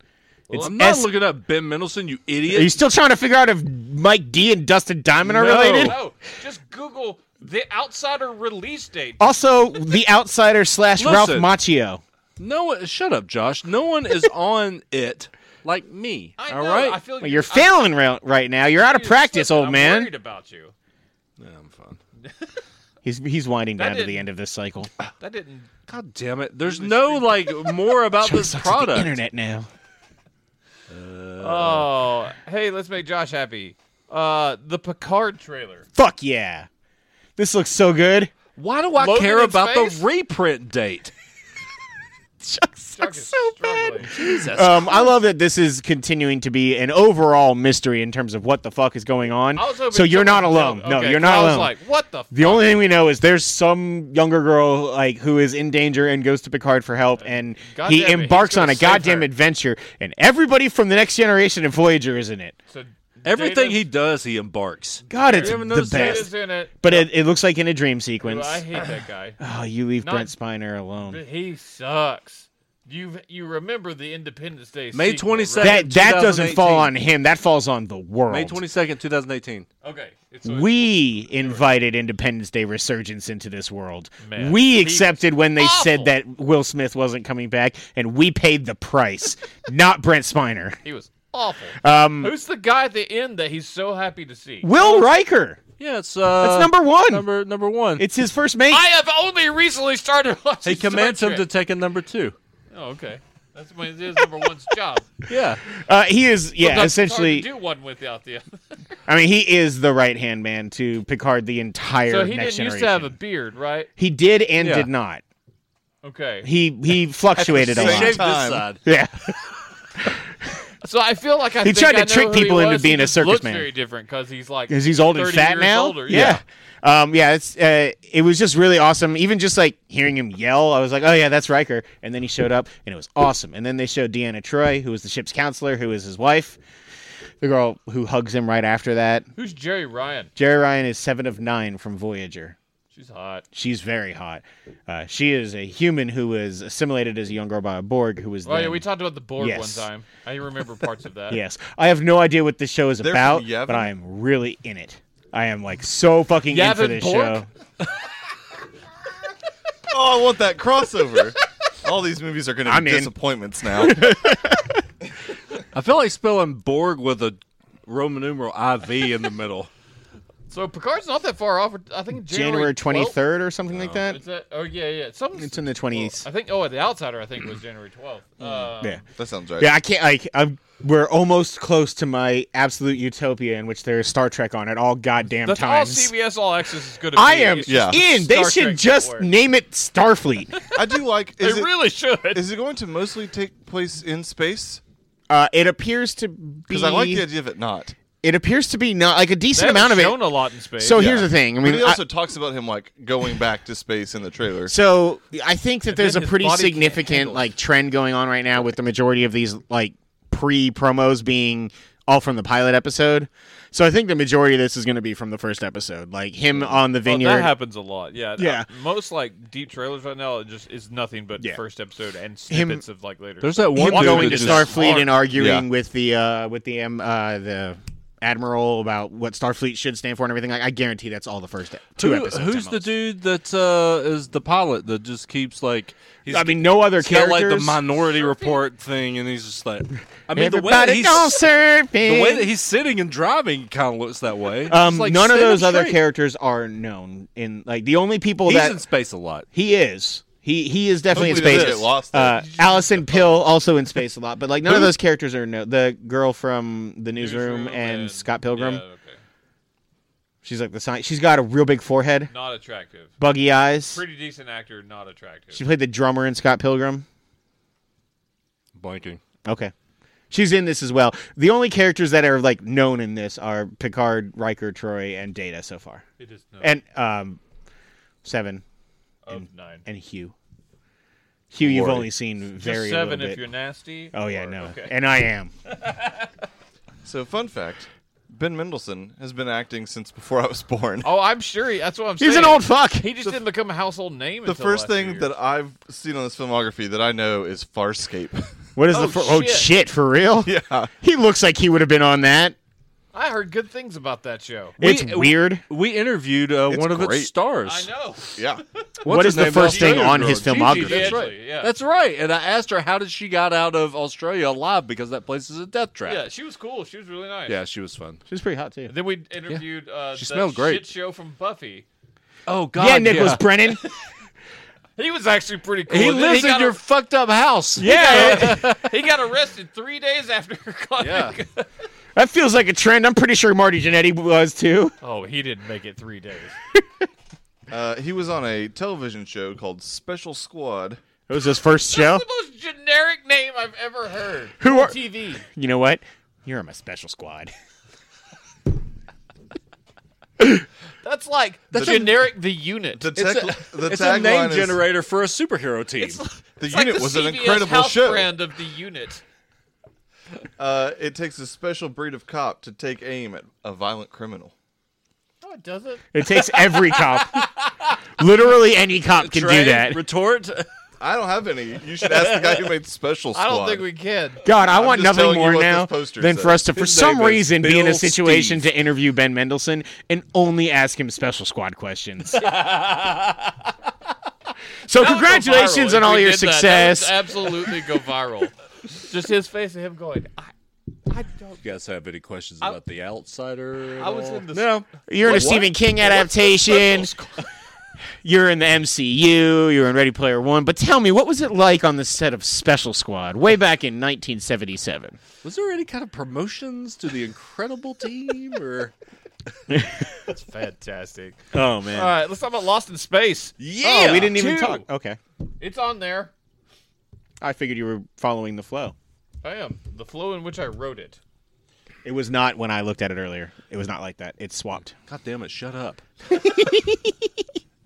Speaker 2: It's
Speaker 4: I'm not
Speaker 2: S-
Speaker 4: looking up Ben Mendelsohn, you
Speaker 2: Are you
Speaker 4: idiot.
Speaker 2: still trying to figure out if Mike D and Dustin Diamond are
Speaker 4: No.
Speaker 2: related?
Speaker 1: No, Oh, just Google the Outsider release date.
Speaker 2: Also, the outsider slash Ralph
Speaker 4: Listen.
Speaker 2: Macchio.
Speaker 4: No one, shut up, Josh. No one is on it like me.
Speaker 1: I
Speaker 4: all
Speaker 1: know,
Speaker 4: right?
Speaker 1: I feel
Speaker 2: Well,
Speaker 1: like
Speaker 2: you're
Speaker 1: I feel
Speaker 2: failing ra- right now. You're out of
Speaker 1: you're
Speaker 2: practice,
Speaker 1: slipping.
Speaker 2: old
Speaker 1: I'm
Speaker 2: man.
Speaker 1: Worried about you.
Speaker 4: yeah, I'm fine.
Speaker 2: He's he's winding
Speaker 1: That
Speaker 2: down to the
Speaker 1: didn't-
Speaker 2: end of this cycle.
Speaker 1: That didn't.
Speaker 4: God damn it. There's no like more about this
Speaker 2: Sucks at the
Speaker 4: product.
Speaker 2: internet now.
Speaker 1: Oh, hey, let's make Josh happy. Uh, the Picard trailer.
Speaker 2: Fuck yeah, this looks so good.
Speaker 4: Why do I
Speaker 1: Logan
Speaker 4: care
Speaker 1: in
Speaker 4: about
Speaker 1: space?
Speaker 4: the reprint date?
Speaker 2: Chuck
Speaker 1: Chuck
Speaker 2: sucks
Speaker 1: is
Speaker 2: so bad.
Speaker 1: struggling.
Speaker 4: Jesus.
Speaker 2: Um, I love that this is continuing to be an overall mystery in terms of what the fuck is going on.
Speaker 1: I was hoping
Speaker 2: So
Speaker 1: someone
Speaker 2: you're not
Speaker 1: would tell
Speaker 2: alone.
Speaker 1: me-
Speaker 2: no,
Speaker 1: okay,
Speaker 2: you're
Speaker 1: 'cause
Speaker 2: not
Speaker 1: I was
Speaker 2: alone.
Speaker 1: like, what the?
Speaker 2: the only thing we know is there's some younger girl like who is in danger and goes to Picard for help, and
Speaker 1: God
Speaker 2: he
Speaker 1: damn it, he's
Speaker 2: embarks on
Speaker 1: gonna
Speaker 2: a
Speaker 1: save
Speaker 2: goddamn
Speaker 1: her.
Speaker 2: adventure, and everybody from the Next Generation and Voyager is in it.
Speaker 1: So
Speaker 4: Everything
Speaker 1: Data's-
Speaker 4: he does, he embarks.
Speaker 2: God, it's
Speaker 1: Even
Speaker 2: the
Speaker 1: those
Speaker 2: best.
Speaker 1: Data's in it.
Speaker 2: But it, it looks like in a dream
Speaker 1: Dude,
Speaker 2: sequence.
Speaker 1: I hate that guy.
Speaker 2: Oh, you leave
Speaker 1: Not-
Speaker 2: Brent Spiner alone.
Speaker 1: He sucks. You you remember the Independence Day?
Speaker 4: May
Speaker 1: sequel, right?
Speaker 4: 22nd.
Speaker 2: That that doesn't fall
Speaker 4: 2018.
Speaker 2: on him. That falls on the world.
Speaker 4: May 22nd, 2018.
Speaker 1: Okay. It's a-
Speaker 2: we invited Independence Day resurgence into this world.
Speaker 1: Man,
Speaker 2: we
Speaker 1: he
Speaker 2: accepted when they
Speaker 1: awful.
Speaker 2: said that Will Smith wasn't coming back, and we paid the price, not Brent Spiner.
Speaker 1: he was awful.
Speaker 2: Um,
Speaker 1: Who's the guy at the end that he's so happy to see?
Speaker 2: Will Riker.
Speaker 4: Yeah, it's uh,
Speaker 2: That's number one.
Speaker 4: Number number one.
Speaker 2: It's his first mate.
Speaker 1: I have only recently started watching.
Speaker 4: he commands
Speaker 1: Star
Speaker 4: him to
Speaker 1: Trek.
Speaker 4: take a number two.
Speaker 1: oh, okay. That's my, his number one's job.
Speaker 4: Yeah,
Speaker 2: Uh, he is, yeah,
Speaker 1: Sometimes it's hard
Speaker 2: essentially.
Speaker 1: to do one without the other.
Speaker 2: I mean, he is the right hand man to Picard the entire
Speaker 1: So he
Speaker 2: next
Speaker 1: didn't used
Speaker 2: generation.
Speaker 1: to have a beard, right?
Speaker 2: he did and
Speaker 4: Yeah.
Speaker 2: did not.
Speaker 1: Okay.
Speaker 2: He he fluctuated a
Speaker 4: He
Speaker 2: lot.
Speaker 4: shaved this
Speaker 3: Time.
Speaker 4: side.
Speaker 2: Yeah.
Speaker 1: So I feel like I
Speaker 2: He
Speaker 1: think
Speaker 2: tried
Speaker 1: I
Speaker 2: to
Speaker 1: know
Speaker 2: trick
Speaker 1: who he
Speaker 2: people into
Speaker 1: was. He
Speaker 2: being a
Speaker 1: just
Speaker 2: circus
Speaker 1: looks
Speaker 2: man.
Speaker 1: Very different because he's like
Speaker 2: because he's old and
Speaker 1: 30
Speaker 2: fat
Speaker 1: years
Speaker 2: now.
Speaker 1: Older.
Speaker 2: Yeah. Um, yeah, it's uh, it was just really awesome. Even just like hearing him yell, I was like, "Oh yeah, that's Riker." And then he showed up, and it was awesome. And then they showed Deanna Troy, who was the ship's counselor, who is his wife, the girl who hugs him right after that.
Speaker 1: Who's Jerry Ryan?
Speaker 2: Jerry Ryan is seven of nine from Voyager.
Speaker 1: She's hot.
Speaker 2: She's very hot. Uh, she is a human who was assimilated as a young girl by a Borg, who was.
Speaker 1: Oh yeah,
Speaker 2: then-
Speaker 1: we talked about the Borg
Speaker 2: Yes.
Speaker 1: one time. I remember parts of that.
Speaker 2: Yes, I have no idea what this show is
Speaker 3: They're from
Speaker 2: about,
Speaker 3: Yavin?
Speaker 2: but I am really in it. I am like so fucking in for
Speaker 1: Yavin
Speaker 2: this
Speaker 1: Borg?
Speaker 2: show.
Speaker 3: Oh, I want that crossover. All these movies are going to
Speaker 2: I'm
Speaker 3: be
Speaker 2: in.
Speaker 3: disappointments now.
Speaker 4: I feel like spelling Borg with a Roman numeral IV in the middle.
Speaker 1: So Picard's not that far off. I think
Speaker 2: January
Speaker 1: January
Speaker 2: twenty
Speaker 1: 12th?
Speaker 2: third or something like that.
Speaker 1: Is that? Oh yeah, yeah. Something's-
Speaker 2: It's in the 20s.
Speaker 1: I think. Oh, the Outsider. I think was January twelfth. Um,
Speaker 2: Yeah,
Speaker 3: That sounds right.
Speaker 2: yeah. I can't. Like, I'm. We're almost close to my absolute utopia in which there is Star Trek on at all goddamn
Speaker 1: That's
Speaker 2: times.
Speaker 1: all CBS All Access is good.
Speaker 2: I am
Speaker 3: Yeah.
Speaker 2: in. They
Speaker 1: Star
Speaker 2: should
Speaker 1: Trek
Speaker 2: just
Speaker 1: Network.
Speaker 2: name it Starfleet.
Speaker 3: I do like.
Speaker 1: They
Speaker 3: Is it,
Speaker 1: really should.
Speaker 3: is it going to mostly take place in space?
Speaker 2: uh, it appears to be.
Speaker 3: Because I like the idea of it not.
Speaker 2: It appears to be not like a
Speaker 1: They
Speaker 2: decent
Speaker 1: haven't
Speaker 2: amount of
Speaker 1: shown
Speaker 2: it.
Speaker 1: a lot in space.
Speaker 2: So
Speaker 1: Yeah.
Speaker 2: here's the thing. I
Speaker 3: But
Speaker 2: mean,
Speaker 3: he
Speaker 2: I-
Speaker 3: also talks about him like going back to space in the trailer.
Speaker 2: So I think that there's a
Speaker 1: his
Speaker 2: pretty
Speaker 1: body can't handle
Speaker 2: significant
Speaker 1: it.
Speaker 2: like trend going on right now with the majority of these like pre promos being all from the pilot episode. So I think the majority of this is going to be from the first episode, like him on the
Speaker 1: Oh,
Speaker 2: vineyard.
Speaker 1: that happens a lot. Yeah.
Speaker 2: Yeah.
Speaker 1: Uh, most like deep trailers right now it just is nothing but
Speaker 2: Yeah.
Speaker 1: first episode and
Speaker 2: Him-
Speaker 1: snippets of like later.
Speaker 4: There's that
Speaker 2: him
Speaker 4: one dude
Speaker 2: going to
Speaker 4: that just-
Speaker 2: Starfleet and arguing
Speaker 3: Yeah.
Speaker 2: with the uh, with the um, uh, the admiral about what Starfleet should stand for and everything. Like, I guarantee that's all the first e- two
Speaker 4: Who-
Speaker 2: episodes.
Speaker 4: who's
Speaker 2: at
Speaker 4: the
Speaker 2: most.
Speaker 4: dude that uh, is the pilot that just keeps like he's
Speaker 2: I mean, no other
Speaker 4: he's got
Speaker 2: characters.
Speaker 4: like the Minority Report thing, and he's just like, I mean, the way, that
Speaker 2: Everybody
Speaker 4: he's,
Speaker 2: gone surfing.
Speaker 4: the way that he's sitting and driving kind of looks that way.
Speaker 2: Um,
Speaker 4: Just, like,
Speaker 2: none of
Speaker 4: sit him
Speaker 2: those other
Speaker 4: straight.
Speaker 2: characters are known in like the only people
Speaker 4: He's
Speaker 2: that
Speaker 4: in space a lot.
Speaker 2: he is. He he is definitely
Speaker 3: Hopefully
Speaker 2: in
Speaker 3: he
Speaker 2: space.
Speaker 3: doesn't get lost, though.
Speaker 2: uh, Allison Pill also in space a lot, but like none of those characters are known. The girl from the newsroom, and, Scott Pilgrim,
Speaker 1: Yeah, okay.
Speaker 2: she's like the science. She's got a real big forehead,
Speaker 1: Not attractive.
Speaker 2: buggy eyes.
Speaker 1: Pretty decent actor, not attractive.
Speaker 2: She played the drummer in Scott Pilgrim.
Speaker 4: Blanking.
Speaker 2: Okay. She's in this as well. The only characters that are like known in this are Picard, Riker, Troy, and Data so far,
Speaker 1: it is no
Speaker 2: and um, Seven.
Speaker 1: of nine.
Speaker 2: and Hugh. Hugh, you've
Speaker 4: Lord.
Speaker 2: only seen
Speaker 1: Just
Speaker 2: very
Speaker 1: seven
Speaker 2: little
Speaker 1: if
Speaker 2: bit.
Speaker 1: you're nasty.
Speaker 2: oh yeah,
Speaker 1: or-
Speaker 2: no,
Speaker 1: okay.
Speaker 2: and I am.
Speaker 3: So, fun fact Ben Mendelsohn has been acting since before I was born.
Speaker 1: Oh, I'm sure. He, that's what I'm saying.
Speaker 2: He's an old fuck.
Speaker 1: He just didn't become a household name.
Speaker 3: The first thing that I've seen on this filmography that I know is Farscape.
Speaker 2: What is
Speaker 1: Oh,
Speaker 2: the fir- oh
Speaker 1: shit.
Speaker 2: shit for real?
Speaker 3: yeah.
Speaker 2: He looks like he would have been on that.
Speaker 1: I heard good things about that show.
Speaker 2: It's
Speaker 4: We-
Speaker 2: weird.
Speaker 4: We interviewed uh,
Speaker 3: It's
Speaker 4: one of
Speaker 3: great.
Speaker 4: its stars.
Speaker 1: I know.
Speaker 3: Yeah.
Speaker 4: What's
Speaker 2: What
Speaker 4: her
Speaker 2: is the
Speaker 4: name? Uh,
Speaker 2: first thing
Speaker 4: Australian
Speaker 2: on his
Speaker 4: girl,
Speaker 2: filmography?
Speaker 4: Gigi, That's
Speaker 1: Gigi,
Speaker 4: right.
Speaker 1: yeah.
Speaker 4: That's right. And I asked her how did she got out of Australia alive because that place is a death trap.
Speaker 1: Yeah, she was cool. She was really nice.
Speaker 4: Yeah, she was fun.
Speaker 2: She's pretty hot too.
Speaker 1: Then we interviewed. Uh,
Speaker 4: She
Speaker 1: the
Speaker 4: smelled great.
Speaker 1: Shit show from Buffy.
Speaker 4: Oh God.
Speaker 2: Yeah, Nicholas Brennan.
Speaker 1: He was actually pretty cool.
Speaker 4: He
Speaker 1: And then
Speaker 4: lives in
Speaker 1: got
Speaker 4: your
Speaker 1: ar-
Speaker 4: fucked up house.
Speaker 2: yeah,
Speaker 1: he got arrested three days after.
Speaker 4: Yeah.
Speaker 2: that feels like a trend. I'm pretty sure Marty Jannetty was too.
Speaker 1: Oh, he didn't make it three days.
Speaker 3: Uh, he was on a television show called Special Squad.
Speaker 2: It was his first show.
Speaker 1: That's the most generic name I've ever heard.
Speaker 2: Who
Speaker 1: on
Speaker 2: are-
Speaker 1: TV?
Speaker 2: You know what? You're on my special squad.
Speaker 1: That's like
Speaker 4: That's a-
Speaker 1: generic. the unit.
Speaker 3: The,
Speaker 4: It's,
Speaker 3: tech,
Speaker 4: a,
Speaker 3: the
Speaker 4: it's a name
Speaker 3: tagline is
Speaker 4: generator for a superhero team.
Speaker 3: The
Speaker 1: It's like
Speaker 3: Unit
Speaker 1: the
Speaker 3: was an
Speaker 1: CBS
Speaker 3: incredible
Speaker 1: house
Speaker 3: show.
Speaker 1: Brand of the unit.
Speaker 3: Uh, it takes a special breed of cop to take aim at a violent criminal.
Speaker 1: No, it doesn't.
Speaker 2: It takes every cop. Literally any cop can do
Speaker 4: Train,
Speaker 2: that.
Speaker 4: Retort.
Speaker 3: I don't have any. You should ask the guy who made Special Squad.
Speaker 1: I don't think we can.
Speaker 2: God, I want
Speaker 3: just
Speaker 2: nothing
Speaker 3: telling you
Speaker 2: more
Speaker 3: what this
Speaker 2: now
Speaker 3: poster
Speaker 2: than
Speaker 3: says.
Speaker 2: for us to, for
Speaker 4: His
Speaker 2: some
Speaker 4: name is
Speaker 2: reason, be in a
Speaker 4: Bill
Speaker 2: situation
Speaker 4: Steve.
Speaker 2: to interview Ben Mendelsohn and only ask him special squad questions. so,
Speaker 1: That would go
Speaker 2: congratulations
Speaker 1: viral
Speaker 2: on
Speaker 1: if
Speaker 2: all
Speaker 1: we
Speaker 2: your
Speaker 1: did that. That would
Speaker 2: success.
Speaker 1: absolutely go viral. Just his face and him going, I, I don't.
Speaker 4: You guys have any questions about the outsider? at
Speaker 1: I was
Speaker 4: all?
Speaker 1: in the.
Speaker 2: No, you're in a
Speaker 4: What?
Speaker 2: Stephen King adaptation. You're in the MCU. You're in Ready Player One. But tell me, what was it like on the set of Special Squad way back in 1977?
Speaker 4: Was there any kind of promotions to the incredible team or
Speaker 1: That's fantastic.
Speaker 2: Oh
Speaker 1: All
Speaker 2: man.
Speaker 1: right, let's talk about Lost in Space.
Speaker 4: Yeah.
Speaker 2: oh, we didn't even
Speaker 1: two.
Speaker 2: talk. Okay,
Speaker 1: It's on there.
Speaker 2: I figured you were following the flow.
Speaker 1: I am. The flow in which I wrote it.
Speaker 2: It was not when I looked at it earlier. It was not like that. It's swapped.
Speaker 1: Mm.
Speaker 4: God damn it! Shut up.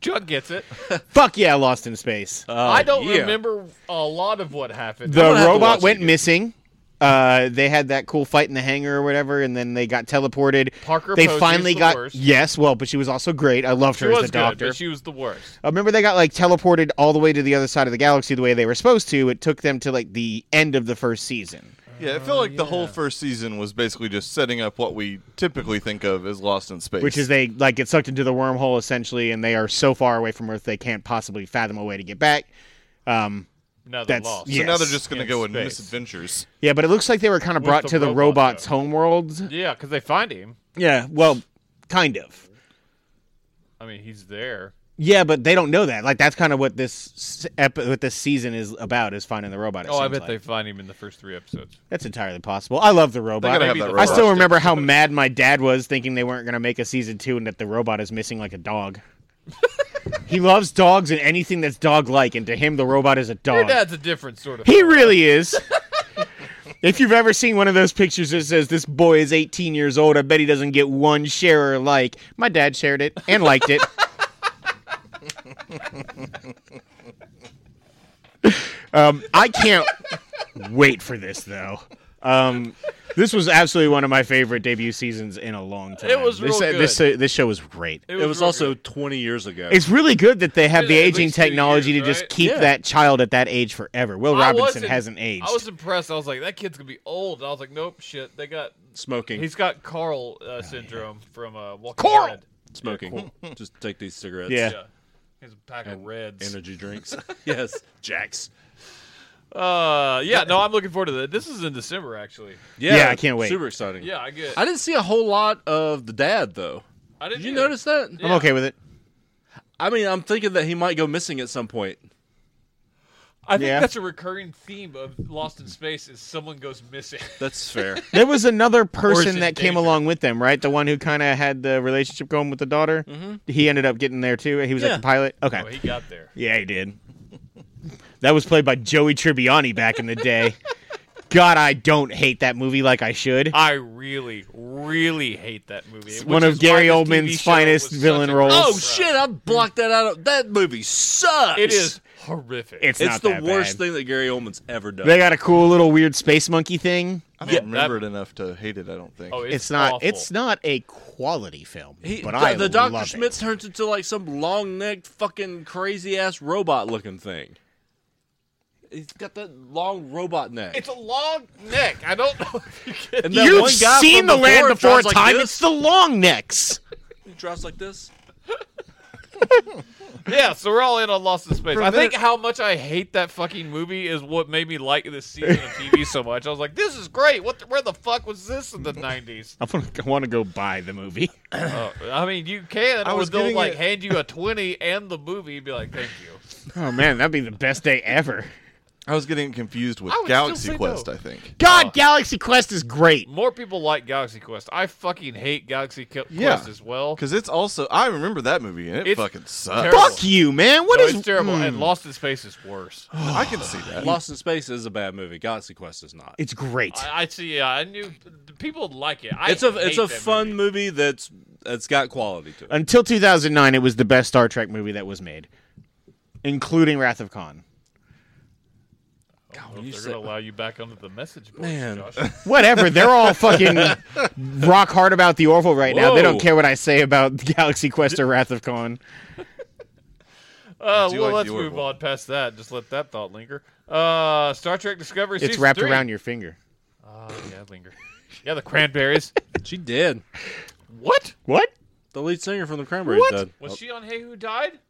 Speaker 1: Jug gets it.
Speaker 2: Fuck yeah, Lost in Space.
Speaker 3: Uh,
Speaker 1: I don't
Speaker 4: Uh, yeah.
Speaker 1: remember a lot of what happened.
Speaker 2: the
Speaker 4: have to watch
Speaker 2: robot
Speaker 4: it
Speaker 2: went
Speaker 4: again.
Speaker 2: missing. Uh, they had that cool fight in the hangar or whatever, and then they got teleported.
Speaker 1: Parker
Speaker 2: they
Speaker 1: Posey's
Speaker 2: finally
Speaker 1: the
Speaker 2: got
Speaker 1: worst.
Speaker 2: yes, well, but she was also great. I loved
Speaker 1: she
Speaker 2: her
Speaker 1: was
Speaker 2: as the
Speaker 1: good,
Speaker 2: doctor.
Speaker 1: but she was the worst.
Speaker 2: I remember they got like teleported all the way to the other side of the galaxy the way they were supposed to. It took them to like the end of the first season.
Speaker 3: Yeah, it felt like the whole first season was basically just setting up what we typically think of as Lost in Space.
Speaker 2: Which is they like get sucked into the wormhole essentially, and they are so far away from Earth they can't possibly fathom a way to get back. Um,
Speaker 1: Now they're
Speaker 2: That's-
Speaker 1: lost.
Speaker 3: so
Speaker 2: yeah.
Speaker 3: now
Speaker 2: yes,
Speaker 3: they're just going to
Speaker 1: in
Speaker 3: go with
Speaker 1: space.
Speaker 3: misadventures.
Speaker 2: yeah, but it looks like they were kind of
Speaker 1: With
Speaker 2: brought
Speaker 1: the
Speaker 2: to the
Speaker 1: robot,
Speaker 2: robots'
Speaker 1: though.
Speaker 2: homeworlds.
Speaker 1: Yeah, because they find him.
Speaker 2: Yeah, well, kind of.
Speaker 1: I mean, he's there.
Speaker 2: Yeah, but they don't know that. Like that's kind of what this s- ep- what this season is about is finding the robot. it
Speaker 1: Oh, I
Speaker 2: seems
Speaker 1: bet
Speaker 2: like.
Speaker 1: they find him in the first three episodes.
Speaker 2: That's entirely possible. I love the robot. I
Speaker 3: gotta have
Speaker 1: Maybe
Speaker 3: that
Speaker 1: the
Speaker 3: robot.
Speaker 1: first-
Speaker 2: still remember how mad my dad was thinking they weren't going to make a season two and that the robot is missing like a dog. he loves dogs and anything that's dog like, and to him, the robot is a
Speaker 1: Your
Speaker 2: dog.
Speaker 1: dad's a different sort of.
Speaker 2: He really is. if you've ever seen one of those pictures that says, This boy is 18 years old, I bet he doesn't get one share or like, my dad shared it and liked it. um, I can't wait for this, though. Um, this was absolutely one of my favorite debut seasons in a long time.
Speaker 1: It was
Speaker 2: this, uh,
Speaker 1: real
Speaker 2: this
Speaker 1: good.
Speaker 2: this show was great.
Speaker 4: It was
Speaker 1: real
Speaker 4: also
Speaker 1: good.
Speaker 4: 20 years ago.
Speaker 2: It's really good that they have
Speaker 1: Yeah,
Speaker 2: the
Speaker 1: at
Speaker 2: aging
Speaker 1: least two
Speaker 2: technology
Speaker 1: years,
Speaker 2: to just
Speaker 1: right?
Speaker 2: keep
Speaker 4: Yeah.
Speaker 2: that child at that age forever. Will
Speaker 1: I
Speaker 2: Robinson
Speaker 1: wasn't-
Speaker 2: hasn't aged.
Speaker 1: I was impressed. I was like, that kid's gonna be old. And I was like, nope, shit. They got.
Speaker 4: smoking.
Speaker 1: He's got Carl uh, syndrome from uh, Walking
Speaker 2: Oh, Carl!
Speaker 1: Dead.
Speaker 4: smoking. Just take these cigarettes.
Speaker 2: Yeah.
Speaker 1: Yeah, he's a pack of reds.
Speaker 4: Energy drinks. yes. Jax.
Speaker 1: Uh, yeah, no, I'm looking forward to that. This is in December, actually.
Speaker 2: Yeah, I can't wait.
Speaker 4: Super exciting.
Speaker 1: Yeah, I get.
Speaker 4: I didn't see a whole lot of the dad though.
Speaker 1: I
Speaker 4: Did you
Speaker 1: either.
Speaker 4: notice that?
Speaker 2: I'm okay with it.
Speaker 4: I mean, I'm thinking that he might go missing at some point.
Speaker 1: I think
Speaker 2: Yeah.
Speaker 1: that's a recurring theme of Lost in Space is someone goes missing.
Speaker 4: That's fair.
Speaker 2: There was another
Speaker 1: in
Speaker 2: person that came
Speaker 1: danger.
Speaker 2: along with them, right? The one who kind of had the relationship going with the daughter. Mm-hmm. He ended up getting there too. He was
Speaker 4: Yeah.
Speaker 2: like the pilot. Okay.
Speaker 1: oh, he got there.
Speaker 2: yeah, he did. that was played by Joey Tribbiani back in the day. God, I don't hate that movie like I should.
Speaker 1: I really, really hate that movie. which
Speaker 2: one of
Speaker 1: is
Speaker 2: Gary
Speaker 1: why this TV
Speaker 2: Oldman's
Speaker 1: show
Speaker 2: finest
Speaker 1: was
Speaker 2: villain
Speaker 1: such a-
Speaker 2: roles.
Speaker 4: oh shit! I blocked that out. Of, that movie sucks.
Speaker 1: It is horrific.
Speaker 2: It's,
Speaker 4: It's
Speaker 2: not
Speaker 4: the
Speaker 2: that
Speaker 4: worst
Speaker 2: bad.
Speaker 4: thing that Gary Oldman's ever done.
Speaker 2: They got a cool little weird space monkey thing.
Speaker 3: I don't
Speaker 1: Yeah,
Speaker 3: remember
Speaker 1: that-
Speaker 3: it enough to hate it. I don't think.
Speaker 1: oh, it's,
Speaker 2: It's, not.
Speaker 1: awful.
Speaker 2: It's not a quality film,
Speaker 4: He-
Speaker 2: but
Speaker 4: the,
Speaker 2: I
Speaker 4: the Doctor
Speaker 2: love
Speaker 4: Schmidt
Speaker 2: it.
Speaker 4: turns into like some long-necked, fucking crazy-ass robot-looking thing. He's got that long robot neck.
Speaker 1: It's a long neck. I don't know. If you get
Speaker 4: and that
Speaker 2: You've
Speaker 4: one guy
Speaker 2: seen
Speaker 4: from
Speaker 2: the land
Speaker 4: drives
Speaker 2: before
Speaker 4: like
Speaker 2: time.
Speaker 4: this.
Speaker 2: It's the long necks.
Speaker 4: He drives like this.
Speaker 1: Yeah, so we're all in on Lost in Space.
Speaker 3: For
Speaker 1: I
Speaker 3: a
Speaker 1: think
Speaker 3: minute-
Speaker 1: how much I hate that fucking movie is what made me like this season of TV so much. I was like, this is great. What? The, where the fuck was this in the nineties?
Speaker 2: I want to, go buy the movie.
Speaker 1: Uh, I mean, you can. I
Speaker 3: I
Speaker 1: was
Speaker 3: was
Speaker 1: they'll
Speaker 3: getting
Speaker 1: like
Speaker 3: it-
Speaker 1: hand you a twenty and the movie, and be like, thank you.
Speaker 2: Oh man, that'd be the best day ever.
Speaker 3: I was getting confused with
Speaker 1: I would
Speaker 3: Galaxy
Speaker 1: still say
Speaker 3: Quest.
Speaker 1: no.
Speaker 3: I think.
Speaker 2: God, Galaxy Quest is great.
Speaker 1: More people like Galaxy Quest. I fucking hate Galaxy Qu-
Speaker 3: Yeah.
Speaker 1: Quest as well.
Speaker 3: Because it's also I remember that movie and it
Speaker 1: It's
Speaker 3: fucking sucks.
Speaker 1: terrible.
Speaker 2: Fuck you, man. What
Speaker 1: No,
Speaker 2: is Mm,
Speaker 1: it's terrible, and Lost in Space is worse. I,
Speaker 3: I can see that.
Speaker 4: Lost in Space is a bad movie. Galaxy Quest is not.
Speaker 2: It's great.
Speaker 1: I see. Yeah, I knew people like it. I
Speaker 4: it's a
Speaker 1: hate
Speaker 4: it's a
Speaker 1: that
Speaker 4: fun
Speaker 1: movie.
Speaker 4: movie that's that's got quality to it.
Speaker 2: Until 2009, it was the best Star Trek movie that was made, including Wrath of Khan.
Speaker 1: I don't know
Speaker 4: when
Speaker 1: if
Speaker 4: you
Speaker 1: They're
Speaker 4: said-
Speaker 1: gonna allow you back onto the message board,
Speaker 4: Man.
Speaker 1: Josh. Uh,
Speaker 2: Whatever. They're all fucking rock hard about the Orville right now. They
Speaker 4: Whoa.
Speaker 2: don't care what I say about Galaxy Quest or Wrath of Khan.
Speaker 1: Uh,
Speaker 3: do
Speaker 1: well,
Speaker 3: like
Speaker 1: let's
Speaker 3: the
Speaker 1: move
Speaker 3: Orville.
Speaker 1: on past that. Just let that thought linger. Uh, Star Trek Discovery.
Speaker 2: It's
Speaker 1: season
Speaker 2: wrapped
Speaker 1: three.
Speaker 2: around your finger.
Speaker 1: Oh, yeah, linger. Yeah, the Cranberries.
Speaker 4: She did.
Speaker 1: what
Speaker 2: What?
Speaker 4: The lead singer from the Cranberries
Speaker 2: What?
Speaker 4: died.
Speaker 1: was she on? Hey, who died?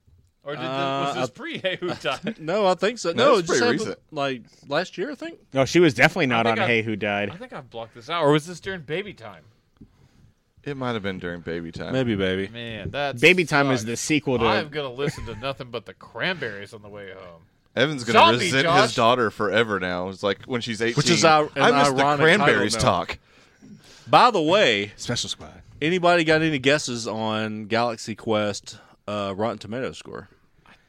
Speaker 1: Or did the,
Speaker 4: Uh,
Speaker 1: was this
Speaker 4: I-
Speaker 1: pre Hey Who died?
Speaker 4: No, I think so.
Speaker 3: No,
Speaker 4: No,
Speaker 3: it's
Speaker 4: it just
Speaker 3: pretty
Speaker 4: happened,
Speaker 3: recent.
Speaker 4: like last year, I think.
Speaker 2: No, she was definitely not
Speaker 1: I
Speaker 2: on
Speaker 1: think I-
Speaker 2: Hey Who Died.
Speaker 1: I think I've blocked this out. Or was this during Baby Time?
Speaker 3: It might have been during baby
Speaker 1: Oh.
Speaker 3: time.
Speaker 4: Maybe, baby.
Speaker 1: Man, that's
Speaker 2: Baby Time is the sequel to.
Speaker 1: I'm gonna listen to nothing but the Cranberries on the way home.
Speaker 3: Evan's gonna
Speaker 1: Zombie,
Speaker 3: resent
Speaker 1: Josh.
Speaker 3: his daughter forever now. It's like when she's eighteen.
Speaker 4: is
Speaker 2: uh,
Speaker 4: ir- an
Speaker 3: I miss the
Speaker 4: ironic title
Speaker 3: cranberries
Speaker 4: now.
Speaker 3: talk.
Speaker 4: By the way,
Speaker 2: Special Squad.
Speaker 4: anybody got any guesses on Galaxy Quest uh, Rotten Tomato score?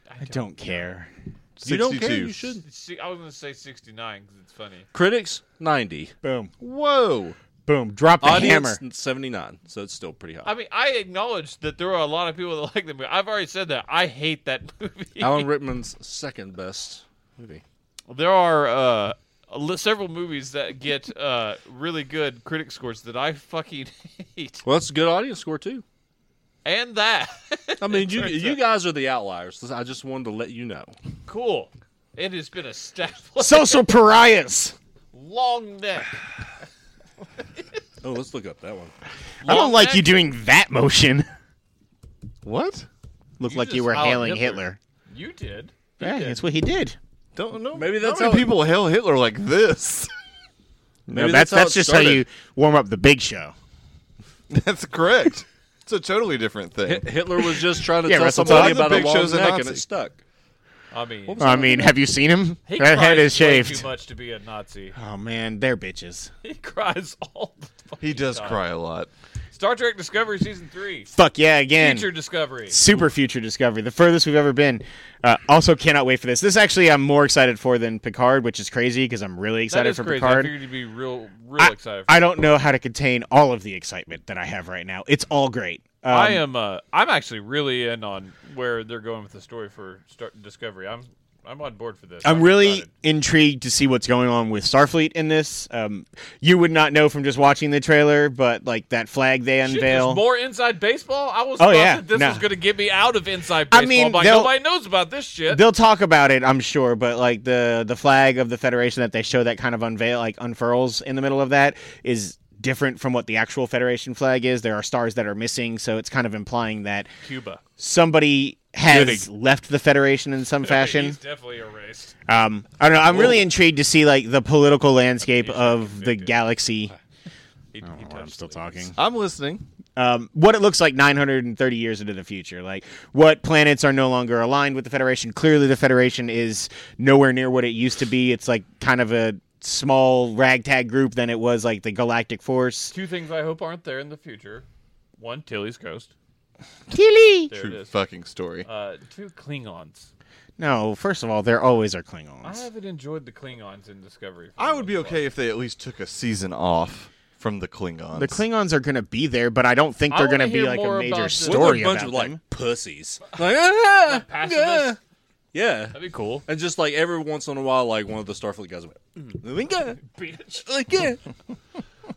Speaker 2: I don't care.
Speaker 4: You don't care.
Speaker 3: 62.
Speaker 4: You shouldn't.
Speaker 1: See, I was gonna say 69 because it's funny.
Speaker 4: Critics ninety.
Speaker 2: Boom.
Speaker 3: Whoa.
Speaker 2: Boom. Drop the hammer.
Speaker 4: Audience seventy nine. So it's still pretty high.
Speaker 1: I mean, I acknowledge that there are a lot of people that like the movie. I've already said that. I hate that movie.
Speaker 4: Alan Rickman's second best movie.
Speaker 1: there are uh, a li- several movies that get uh, really good critic scores that I fucking hate,
Speaker 4: Well, that's a good audience score too.
Speaker 1: and that
Speaker 4: I mean, you
Speaker 1: Turns
Speaker 4: you
Speaker 1: out-
Speaker 4: guys are the outliers. I just wanted to let you know.
Speaker 1: cool. It has been established.
Speaker 2: Social pariahs.
Speaker 1: Long neck.
Speaker 4: Oh, let's look up that one.
Speaker 2: I don't
Speaker 1: Long
Speaker 2: like
Speaker 1: neck?
Speaker 2: you doing that motion.
Speaker 3: What?
Speaker 2: Look
Speaker 1: You
Speaker 2: like you
Speaker 1: just
Speaker 2: were
Speaker 1: hollered
Speaker 2: hailing
Speaker 1: Hitler.
Speaker 2: Hitler.
Speaker 1: You did.
Speaker 2: Yeah, that's what he did.
Speaker 3: Don't know.
Speaker 4: Maybe that's
Speaker 3: how many
Speaker 4: how it-
Speaker 3: people hail Hitler like this.
Speaker 4: Maybe
Speaker 2: no, that's that's,
Speaker 4: how it
Speaker 2: just how
Speaker 4: started.
Speaker 2: you warm up the big show.
Speaker 3: that's correct. It's a totally different thing.
Speaker 4: Hit- Hitler was just trying to
Speaker 2: Yeah,
Speaker 4: tell
Speaker 2: Russell
Speaker 4: somebody
Speaker 3: Todd the
Speaker 4: about a
Speaker 3: big
Speaker 4: long
Speaker 3: show's a
Speaker 4: neck, and
Speaker 3: Nazi.
Speaker 4: it stuck.
Speaker 1: I mean,
Speaker 4: What was
Speaker 2: I mean, have you seen him?
Speaker 1: he
Speaker 2: That
Speaker 1: cries
Speaker 2: head is
Speaker 1: way
Speaker 2: shaved.
Speaker 1: too much to be a Nazi.
Speaker 2: Oh man, they're bitches.
Speaker 1: He cries all the fucking
Speaker 3: He does
Speaker 1: time.
Speaker 3: cry a lot.
Speaker 1: Star Trek Discovery season three.
Speaker 2: Fuck yeah, again.
Speaker 1: Future Discovery.
Speaker 2: Super future discovery, the furthest we've ever been. Uh, also, cannot wait for this. This actually, I'm more excited for than Picard, which is crazy because I'm really
Speaker 1: That
Speaker 2: excited
Speaker 1: is
Speaker 2: for
Speaker 1: crazy. I
Speaker 2: Picard.
Speaker 1: figured you'd be real, real excited. For
Speaker 2: I don't know how to contain all of the excitement that I have right now. It's all great. Um,
Speaker 1: I am. Uh, I'm actually really in on where they're going with the story for Star- Discovery. I'm. I'm on board for this.
Speaker 2: I'm really
Speaker 1: excited.
Speaker 2: intrigued to see what's going on with Starfleet in this. Um, you would not know from just watching the trailer, but like that flag they
Speaker 1: Shit,
Speaker 2: unveil.
Speaker 1: there's more inside baseball. I was
Speaker 2: Oh,
Speaker 1: thought
Speaker 2: yeah.
Speaker 1: that this
Speaker 2: No.
Speaker 1: was going to get me out of inside
Speaker 2: I
Speaker 1: baseball.
Speaker 2: mean,
Speaker 1: but
Speaker 2: they'll-
Speaker 1: nobody knows about this shit.
Speaker 2: They'll talk about it, I'm sure, but like the the flag of the Federation that they show that kind of unveil like unfurls in the middle of that is different from what the actual Federation flag is. There are stars that are missing, so it's kind of implying that
Speaker 1: Cuba.
Speaker 2: somebody has left the Federation in some fashion.
Speaker 1: He's definitely erased.
Speaker 2: Um, I don't know. I'm really intrigued to see like the political landscape of the galaxy.
Speaker 1: He, he touched it.
Speaker 3: I'm listening.
Speaker 2: Um, what it looks like 930 years into the future, like what planets are no longer aligned with the Federation. Clearly, the Federation is nowhere near what it used to be. It's like kind of a small ragtag group than it was like the Galactic Force.
Speaker 1: Two things I hope aren't there in the future. One, Tilly's ghost.
Speaker 2: Tilly.
Speaker 1: There it
Speaker 3: True
Speaker 1: is.
Speaker 3: fucking story.
Speaker 1: Uh, two Klingons.
Speaker 2: No, first of all, there always are
Speaker 1: I
Speaker 2: Klingons.
Speaker 1: haven't enjoyed the Klingons in Discovery. for
Speaker 3: I
Speaker 1: the
Speaker 3: would be
Speaker 1: most part.
Speaker 3: okay if they at least took a season off from the Klingons.
Speaker 2: The Klingons are going to be there, but I don't think
Speaker 1: I
Speaker 2: they're going to
Speaker 1: wanna
Speaker 2: be
Speaker 1: hear
Speaker 2: like
Speaker 1: more
Speaker 2: a
Speaker 1: about
Speaker 2: major
Speaker 1: this.
Speaker 4: Weren't
Speaker 2: story
Speaker 4: there a bunch
Speaker 2: about
Speaker 4: of
Speaker 2: them.
Speaker 4: like pussies. Like, ah, yeah.
Speaker 1: Pacifists?
Speaker 4: yeah.
Speaker 1: That'd be cool.
Speaker 4: And just like every once in a while, like one of the Starfleet guys went, "Mm, yeah, like, yeah."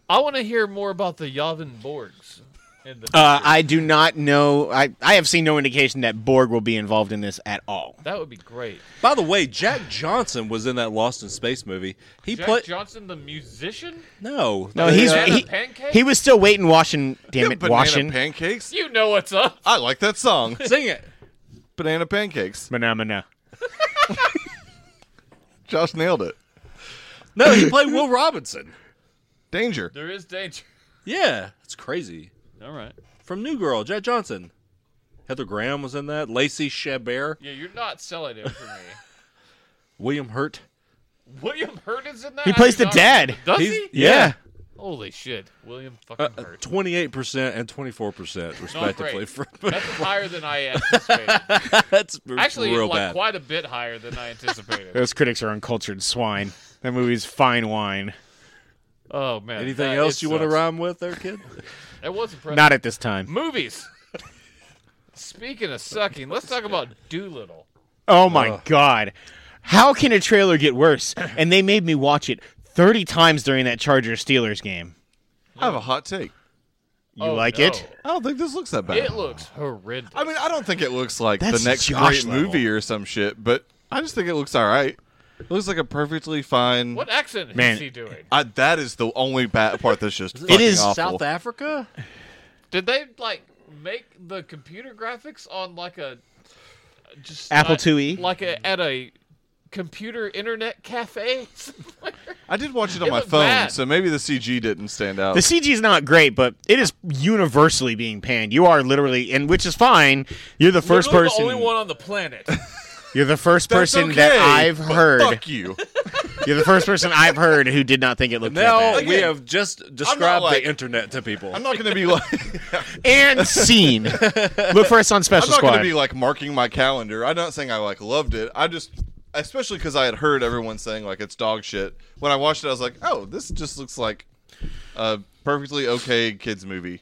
Speaker 1: I want to hear more about the Yavin Borgs. In the
Speaker 2: Uh,
Speaker 1: future.
Speaker 2: I do not know. I, I have seen no indication that Borg will be involved in this at all.
Speaker 1: that would be great.
Speaker 4: By the way, Jack Johnson was in that Lost in Space movie. He
Speaker 1: Jack
Speaker 4: played
Speaker 1: Johnson, the musician.
Speaker 4: no,
Speaker 2: No, he's
Speaker 1: Banana
Speaker 2: he,
Speaker 1: pancake?
Speaker 2: he was still waiting, washing. Damn it,
Speaker 3: banana
Speaker 2: washing.
Speaker 3: pancakes.
Speaker 1: You know what's up.
Speaker 3: I like that song.
Speaker 4: sing it.
Speaker 3: banana pancakes.
Speaker 2: Phenomena.
Speaker 3: Josh nailed it.
Speaker 4: No, he played Will Robinson.
Speaker 3: Danger.
Speaker 1: There is danger.
Speaker 4: Yeah, it's crazy.
Speaker 1: All right.
Speaker 4: From New Girl, Jack Johnson. Heather Graham was in that. Lacey Chabert,
Speaker 1: Yeah, you're not selling it for me.
Speaker 4: William Hurt.
Speaker 1: William Hurt is in that.
Speaker 2: He
Speaker 1: I
Speaker 2: plays the
Speaker 1: forgot.
Speaker 2: dad.
Speaker 1: Does
Speaker 4: He's-
Speaker 1: he?
Speaker 2: Yeah.
Speaker 1: Holy shit, William fucking Hurt.
Speaker 4: Twenty-eight percent and twenty-four percent, respectively.
Speaker 1: great.
Speaker 4: For,
Speaker 1: That's higher than I anticipated.
Speaker 4: that's
Speaker 1: Actually,
Speaker 4: real
Speaker 1: like
Speaker 4: bad.
Speaker 1: quite a bit higher than I anticipated.
Speaker 2: Those critics are uncultured swine. That movie's fine wine.
Speaker 1: oh man.
Speaker 4: Anything
Speaker 1: that-
Speaker 4: else
Speaker 1: it
Speaker 4: you want to
Speaker 1: sucks.
Speaker 4: rhyme with, there, kid?
Speaker 1: That was impressive.
Speaker 2: Not at this time.
Speaker 1: Movies. Speaking of sucking, let's talk about Doolittle.
Speaker 2: Oh my god. How can a trailer get worse? And they made me watch it 30 times during that Chargers Steelers game.
Speaker 3: I have a hot take.
Speaker 2: You
Speaker 1: Oh,
Speaker 2: like
Speaker 1: no.
Speaker 2: it?
Speaker 3: I don't think this looks that bad.
Speaker 1: It looks horrendous.
Speaker 3: I mean, I don't think it looks like
Speaker 2: That's
Speaker 3: the next
Speaker 2: Josh
Speaker 3: great
Speaker 2: level.
Speaker 3: movie or some shit, but I just think it looks all right. It looks like a perfectly fine.
Speaker 1: what accent
Speaker 2: Man.
Speaker 1: is he doing?
Speaker 3: I, that is the only bad part that's just
Speaker 4: It
Speaker 3: fucking
Speaker 2: is
Speaker 3: awful.
Speaker 4: South Africa.
Speaker 1: Did they like make the computer graphics on like a just
Speaker 2: Apple E?
Speaker 1: uh,
Speaker 2: IIe?
Speaker 1: like a, at a computer internet cafe?
Speaker 3: I did watch it on
Speaker 1: It
Speaker 3: my
Speaker 1: looked
Speaker 3: phone,
Speaker 1: bad.
Speaker 3: so maybe the CG didn't stand out.
Speaker 2: The CG is not great, but it is universally being panned. You are literally, and which is fine. You're the first
Speaker 1: Literally
Speaker 2: person.
Speaker 1: the only one on the planet.
Speaker 2: You're the first
Speaker 3: That's
Speaker 2: person
Speaker 3: okay,
Speaker 2: that I've
Speaker 3: but
Speaker 2: heard.
Speaker 3: Fuck you.
Speaker 2: You're the first person I've heard who did not think it looked
Speaker 4: Now
Speaker 2: that
Speaker 4: we
Speaker 3: Again,
Speaker 4: have just described
Speaker 3: like-
Speaker 4: the internet to people.
Speaker 3: I'm not going to be like
Speaker 2: bad. And scene. Look for us on
Speaker 3: I'm
Speaker 2: Special
Speaker 3: not going
Speaker 2: Squad.
Speaker 3: to be like marking my calendar. I'm not saying I like loved it. I just especially because I had heard everyone saying like it's dog shit. When I watched it, I was like, oh, this just looks like a perfectly okay kids movie.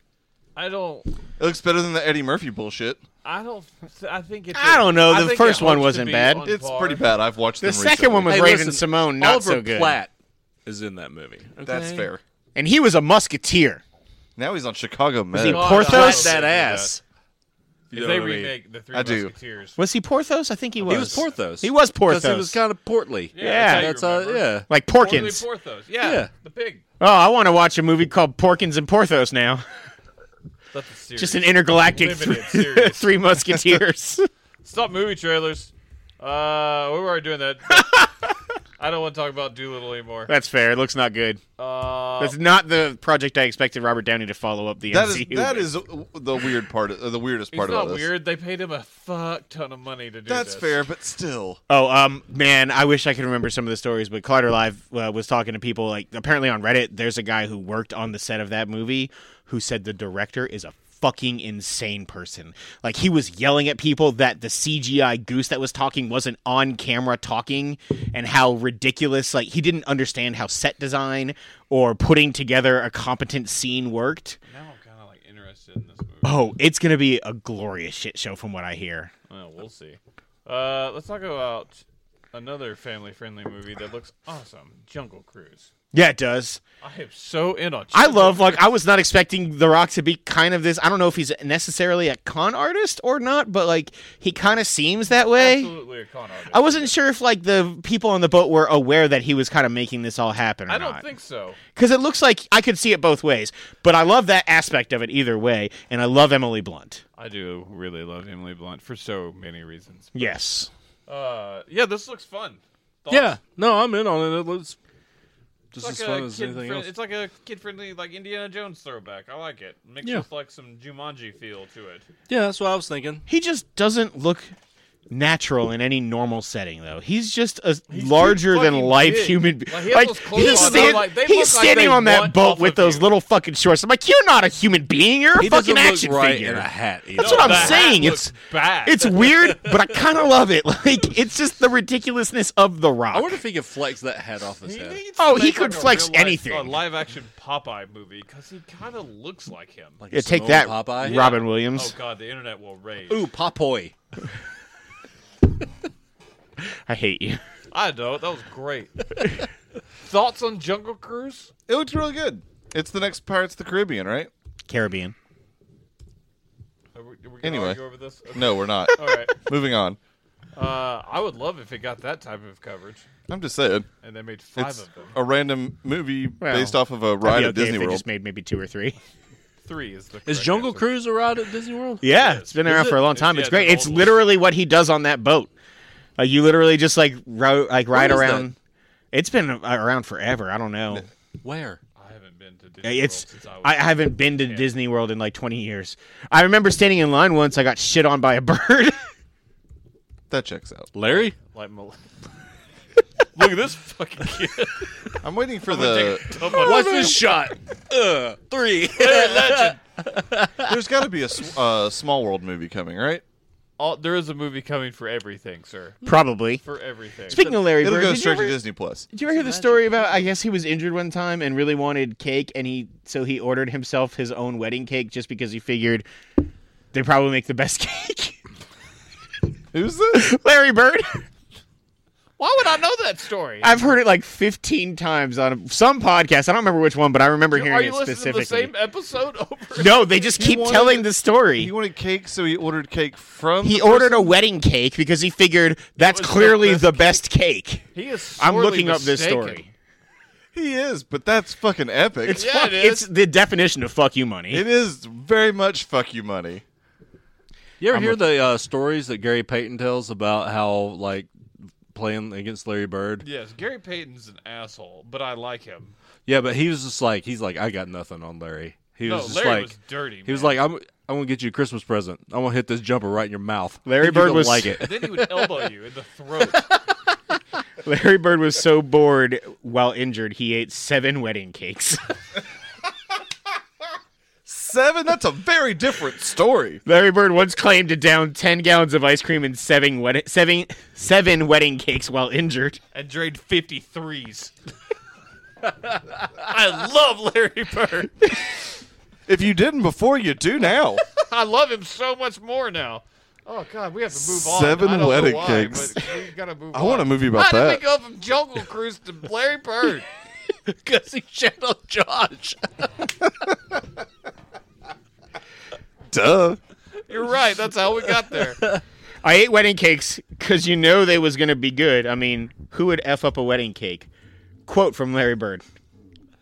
Speaker 1: I don't.
Speaker 3: It looks better than the Eddie Murphy bullshit.
Speaker 1: I don't. I think it's.
Speaker 2: I don't know, the
Speaker 1: think
Speaker 2: first
Speaker 1: it
Speaker 2: one
Speaker 1: hopes to
Speaker 2: wasn't
Speaker 1: be
Speaker 2: bad.
Speaker 1: on
Speaker 3: It's
Speaker 1: par.
Speaker 3: pretty bad. I've watched
Speaker 2: The
Speaker 3: them
Speaker 2: second one was
Speaker 4: Hey,
Speaker 2: Raven
Speaker 4: listen,
Speaker 2: Simone, not
Speaker 4: Oliver
Speaker 2: so good,
Speaker 4: Platt is in that movie.
Speaker 3: That's
Speaker 4: okay?
Speaker 3: fair.
Speaker 2: and he was a musketeer.
Speaker 3: Now he's on Chicago Med.
Speaker 2: he
Speaker 1: God, I
Speaker 2: Porthos?
Speaker 1: don't
Speaker 4: That
Speaker 1: do
Speaker 4: ass. You
Speaker 1: If
Speaker 4: know
Speaker 1: they
Speaker 4: what I mean?
Speaker 1: remake the Three
Speaker 3: I do.
Speaker 1: Musketeers,
Speaker 2: Was he Porthos? I think he was.
Speaker 4: He was Porthos.
Speaker 2: He was
Speaker 4: 'Cause He
Speaker 2: Porthos.
Speaker 4: was kind of portly.
Speaker 2: Yeah.
Speaker 1: that's
Speaker 4: That's
Speaker 1: how you
Speaker 4: uh,
Speaker 1: remember.
Speaker 4: yeah.
Speaker 2: like
Speaker 1: Portly
Speaker 2: Porkins.
Speaker 1: Porthos. Yeah,
Speaker 4: Yeah.
Speaker 1: the pig.
Speaker 2: oh, I want to watch a movie called Porkins and Porthos now.
Speaker 1: That's a series.
Speaker 2: Just an intergalactic
Speaker 1: Limited
Speaker 2: three-
Speaker 1: series.
Speaker 2: Three Musketeers.
Speaker 1: Stop movie trailers. Uh, we were already doing that. I don't want to talk about Doolittle anymore.
Speaker 2: That's fair. It looks not good.
Speaker 1: Uh,
Speaker 2: That's not the project I expected Robert Downey to follow up the
Speaker 3: That is
Speaker 2: MCU.
Speaker 3: that
Speaker 2: with.
Speaker 3: is the weird part. Of, the weirdest
Speaker 1: he's
Speaker 3: part
Speaker 1: not
Speaker 3: about this.
Speaker 1: weird. They paid him a fuck ton of money to do
Speaker 3: That's
Speaker 1: this.
Speaker 3: fair, but still,
Speaker 2: Oh, um, man, I wish I could remember some of the stories, but Clutter Live uh, was talking to people. Like, apparently on Reddit, there's a guy who worked on the set of that movie who said the director is a fucking insane person. Like, he was yelling at people that the CGI goose that was talking wasn't on camera talking and how ridiculous, like, he didn't understand how set design or putting together a competent scene worked.
Speaker 1: Now I'm kind of like interested in this movie.
Speaker 2: Oh, it's going to be a glorious shit show from what I hear.
Speaker 1: Well, we'll see. Uh, let's talk about another family-friendly movie that looks awesome: Jungle Cruise.
Speaker 2: Yeah, it does.
Speaker 1: I am so in on.
Speaker 2: I
Speaker 1: Jungle
Speaker 2: love like I was not expecting The Rock to be kind of this. I don't know if he's necessarily a con artist or not, but like he kind of seems that way.
Speaker 1: Absolutely a con artist.
Speaker 2: I wasn't sure if like the people on the boat were aware that he was kind of making this all happen or
Speaker 1: I don't
Speaker 2: not.
Speaker 1: think so.
Speaker 2: Cuz it looks like I could see it both ways, but I love that aspect of it either way and I love Emily Blunt.
Speaker 1: I do really love Emily Blunt for so many reasons.
Speaker 2: Yes.
Speaker 1: Uh, yeah, this looks fun. Thoughts?
Speaker 4: Yeah. No, I'm in on it. It looks
Speaker 1: It's
Speaker 4: just
Speaker 1: like,
Speaker 4: as fun
Speaker 1: a
Speaker 4: as
Speaker 1: kid
Speaker 4: anything
Speaker 1: friend,
Speaker 4: else.
Speaker 1: it's like a kid-friendly, like Indiana Jones throwback. I like it. Mixed
Speaker 4: Yeah.
Speaker 1: with like some Jumanji feel to it.
Speaker 4: yeah, that's what I was thinking.
Speaker 2: He just doesn't look natural in any normal setting though. He's just a larger than
Speaker 1: fucking
Speaker 2: life
Speaker 1: big.
Speaker 2: human being.
Speaker 1: Like,
Speaker 2: Like,
Speaker 1: he has those clothes
Speaker 2: he's,
Speaker 1: on, I'm
Speaker 2: stand-
Speaker 1: like, they look like
Speaker 2: he's standing
Speaker 1: they
Speaker 2: on that
Speaker 1: want
Speaker 2: boat
Speaker 1: off
Speaker 2: with
Speaker 1: of
Speaker 2: those
Speaker 1: you.
Speaker 2: little fucking shorts. I'm like, you're not a human being. You're a
Speaker 4: He
Speaker 2: fucking
Speaker 4: doesn't look
Speaker 2: action
Speaker 4: right
Speaker 2: figure.
Speaker 4: in a hat. Either.
Speaker 2: That's what I'm
Speaker 1: the hat
Speaker 2: saying.
Speaker 1: looks
Speaker 2: It's
Speaker 1: bad.
Speaker 2: It's weird, but I kind of love it. Like it's just the ridiculousness of the
Speaker 4: I
Speaker 2: Rock.
Speaker 4: wonder if he could flex that hat off his head.
Speaker 2: Oh,
Speaker 1: to
Speaker 2: he
Speaker 1: make,
Speaker 2: could
Speaker 1: like, a
Speaker 2: flex
Speaker 1: real life-
Speaker 2: anything.
Speaker 1: A live action Popeye movie because he kind of looks like him.
Speaker 4: Like
Speaker 2: Yeah,
Speaker 4: a
Speaker 2: take that,
Speaker 4: Samoan Popeye.
Speaker 2: Robin
Speaker 1: oh
Speaker 2: Williams.
Speaker 1: god, the internet will rage.
Speaker 4: Ooh, Popoy.
Speaker 2: I hate you.
Speaker 1: I don't. That was great. Thoughts on Jungle Cruise?
Speaker 3: it looked really good. It's the next Pirates of the Caribbean, right?
Speaker 2: Caribbean.
Speaker 1: Are we, are we gonna
Speaker 3: Anyway.
Speaker 1: argue over this? Okay.
Speaker 3: No, we're not.
Speaker 1: All right.
Speaker 3: Moving on.
Speaker 1: Uh, I would love if it got that type of coverage,
Speaker 3: I'm just saying,
Speaker 1: and they made five
Speaker 3: it's
Speaker 1: of them.
Speaker 3: a random movie
Speaker 2: Well,
Speaker 3: based off of a
Speaker 2: I'd
Speaker 3: ride
Speaker 2: be
Speaker 3: at
Speaker 2: okay
Speaker 3: Disney
Speaker 2: if they
Speaker 3: World.
Speaker 2: just made maybe two or three.
Speaker 1: Three is the.
Speaker 4: Is
Speaker 1: correct
Speaker 4: Jungle
Speaker 1: answer.
Speaker 4: Cruise a ride at Disney World?
Speaker 2: Yeah, it's been
Speaker 1: Is
Speaker 2: around
Speaker 1: it?
Speaker 2: for a long
Speaker 1: It's-
Speaker 2: time.
Speaker 1: yeah,
Speaker 2: It's
Speaker 1: it's
Speaker 2: great.
Speaker 1: an
Speaker 2: It's
Speaker 1: old one.
Speaker 2: literally what he does on that boat. Like you literally just like ro- like ride
Speaker 4: is that?
Speaker 2: around. It's been a- around forever. I don't know.
Speaker 4: Where?
Speaker 1: I haven't been to Disney
Speaker 2: It's
Speaker 1: World since I was.
Speaker 2: I I haven't been to Disney World in like 20 years. I remember standing in line once. I got shit on by a bird.
Speaker 3: That checks out.
Speaker 4: Larry?
Speaker 1: like Mal- Look at this fucking kid.
Speaker 3: I'm waiting for
Speaker 1: Take
Speaker 3: the.
Speaker 1: a dump on-
Speaker 4: What's this shot? Uh, three.
Speaker 3: There's got to be a sw- uh, Small World movie coming, right?
Speaker 1: All- there is a movie coming for everything, sir.
Speaker 2: Probably.
Speaker 1: For everything.
Speaker 2: Speaking of Larry
Speaker 3: It'll
Speaker 2: Bird,
Speaker 3: go
Speaker 2: did you,
Speaker 3: straight
Speaker 2: ever,
Speaker 3: to Disney Plus.
Speaker 2: did you ever hear the story about? I guess he was injured one time and really wanted cake, and he so he ordered himself his own wedding cake just because he figured they probably make the best cake.
Speaker 3: Who's this?
Speaker 2: Larry Bird.
Speaker 1: Why would I know that story?
Speaker 2: I've heard it like 15 times on some podcast. I don't remember which one, but I remember hearing
Speaker 1: Are you
Speaker 2: it
Speaker 1: listening to
Speaker 2: specifically.
Speaker 1: the same episode over?
Speaker 2: no, they just keep
Speaker 3: wanted-
Speaker 2: telling the story.
Speaker 3: He wanted cake, so he ordered cake from.
Speaker 2: He
Speaker 3: the
Speaker 2: ordered a
Speaker 3: person?
Speaker 2: wedding cake because he figured that's
Speaker 1: was the
Speaker 2: clearly
Speaker 1: best
Speaker 2: the best cake.
Speaker 1: He is.
Speaker 2: I'm
Speaker 1: sorely
Speaker 2: looking up this
Speaker 1: mistaken.
Speaker 2: story.
Speaker 3: He is, but that's fucking epic.
Speaker 2: It's
Speaker 1: Yeah,
Speaker 2: fuck-
Speaker 1: it is.
Speaker 2: it's the definition of fuck you money.
Speaker 3: It is very much fuck you money.
Speaker 4: You ever hear the uh, stories that Gary Payton tells about how, like, playing against Larry Bird?
Speaker 1: Yes, Gary Payton's an asshole, but I like him.
Speaker 4: Yeah, but he was just like, he's like, I got nothing on Larry. He
Speaker 1: No,
Speaker 4: was just
Speaker 1: Larry
Speaker 4: like,
Speaker 1: was dirty.
Speaker 4: he was
Speaker 1: man.
Speaker 4: like, I'm, I'm gonna get you a Christmas present. I'm gonna hit this jumper right in your mouth.
Speaker 2: Larry
Speaker 4: You're
Speaker 2: Bird
Speaker 4: gonna
Speaker 2: was-
Speaker 4: like it.
Speaker 1: Then he would elbow you in the throat.
Speaker 2: Larry Bird was so bored while injured, he ate seven wedding cakes.
Speaker 3: seven? That's a very different story.
Speaker 2: Larry Bird once claimed to down 10 gallons of ice cream and seven, wed- seven, seven wedding cakes while injured.
Speaker 1: I drained 53s. I love Larry Bird.
Speaker 3: If you didn't before, you do now.
Speaker 1: I love him so much more now. Oh God, we have to move on.
Speaker 3: Seven
Speaker 1: I don't know
Speaker 3: wedding
Speaker 1: why,
Speaker 3: cakes.
Speaker 1: but We gotta move
Speaker 3: I
Speaker 1: on.
Speaker 3: want a movie about
Speaker 1: How did
Speaker 3: that.
Speaker 1: we go from Jungle Cruise to Larry Bird?
Speaker 4: Because he shit on Josh.
Speaker 3: Duh.
Speaker 1: You're right. That's how we got there.
Speaker 2: I ate wedding cakes because you know they was going to be good. I mean, who would F up a wedding cake? Quote from Larry Bird.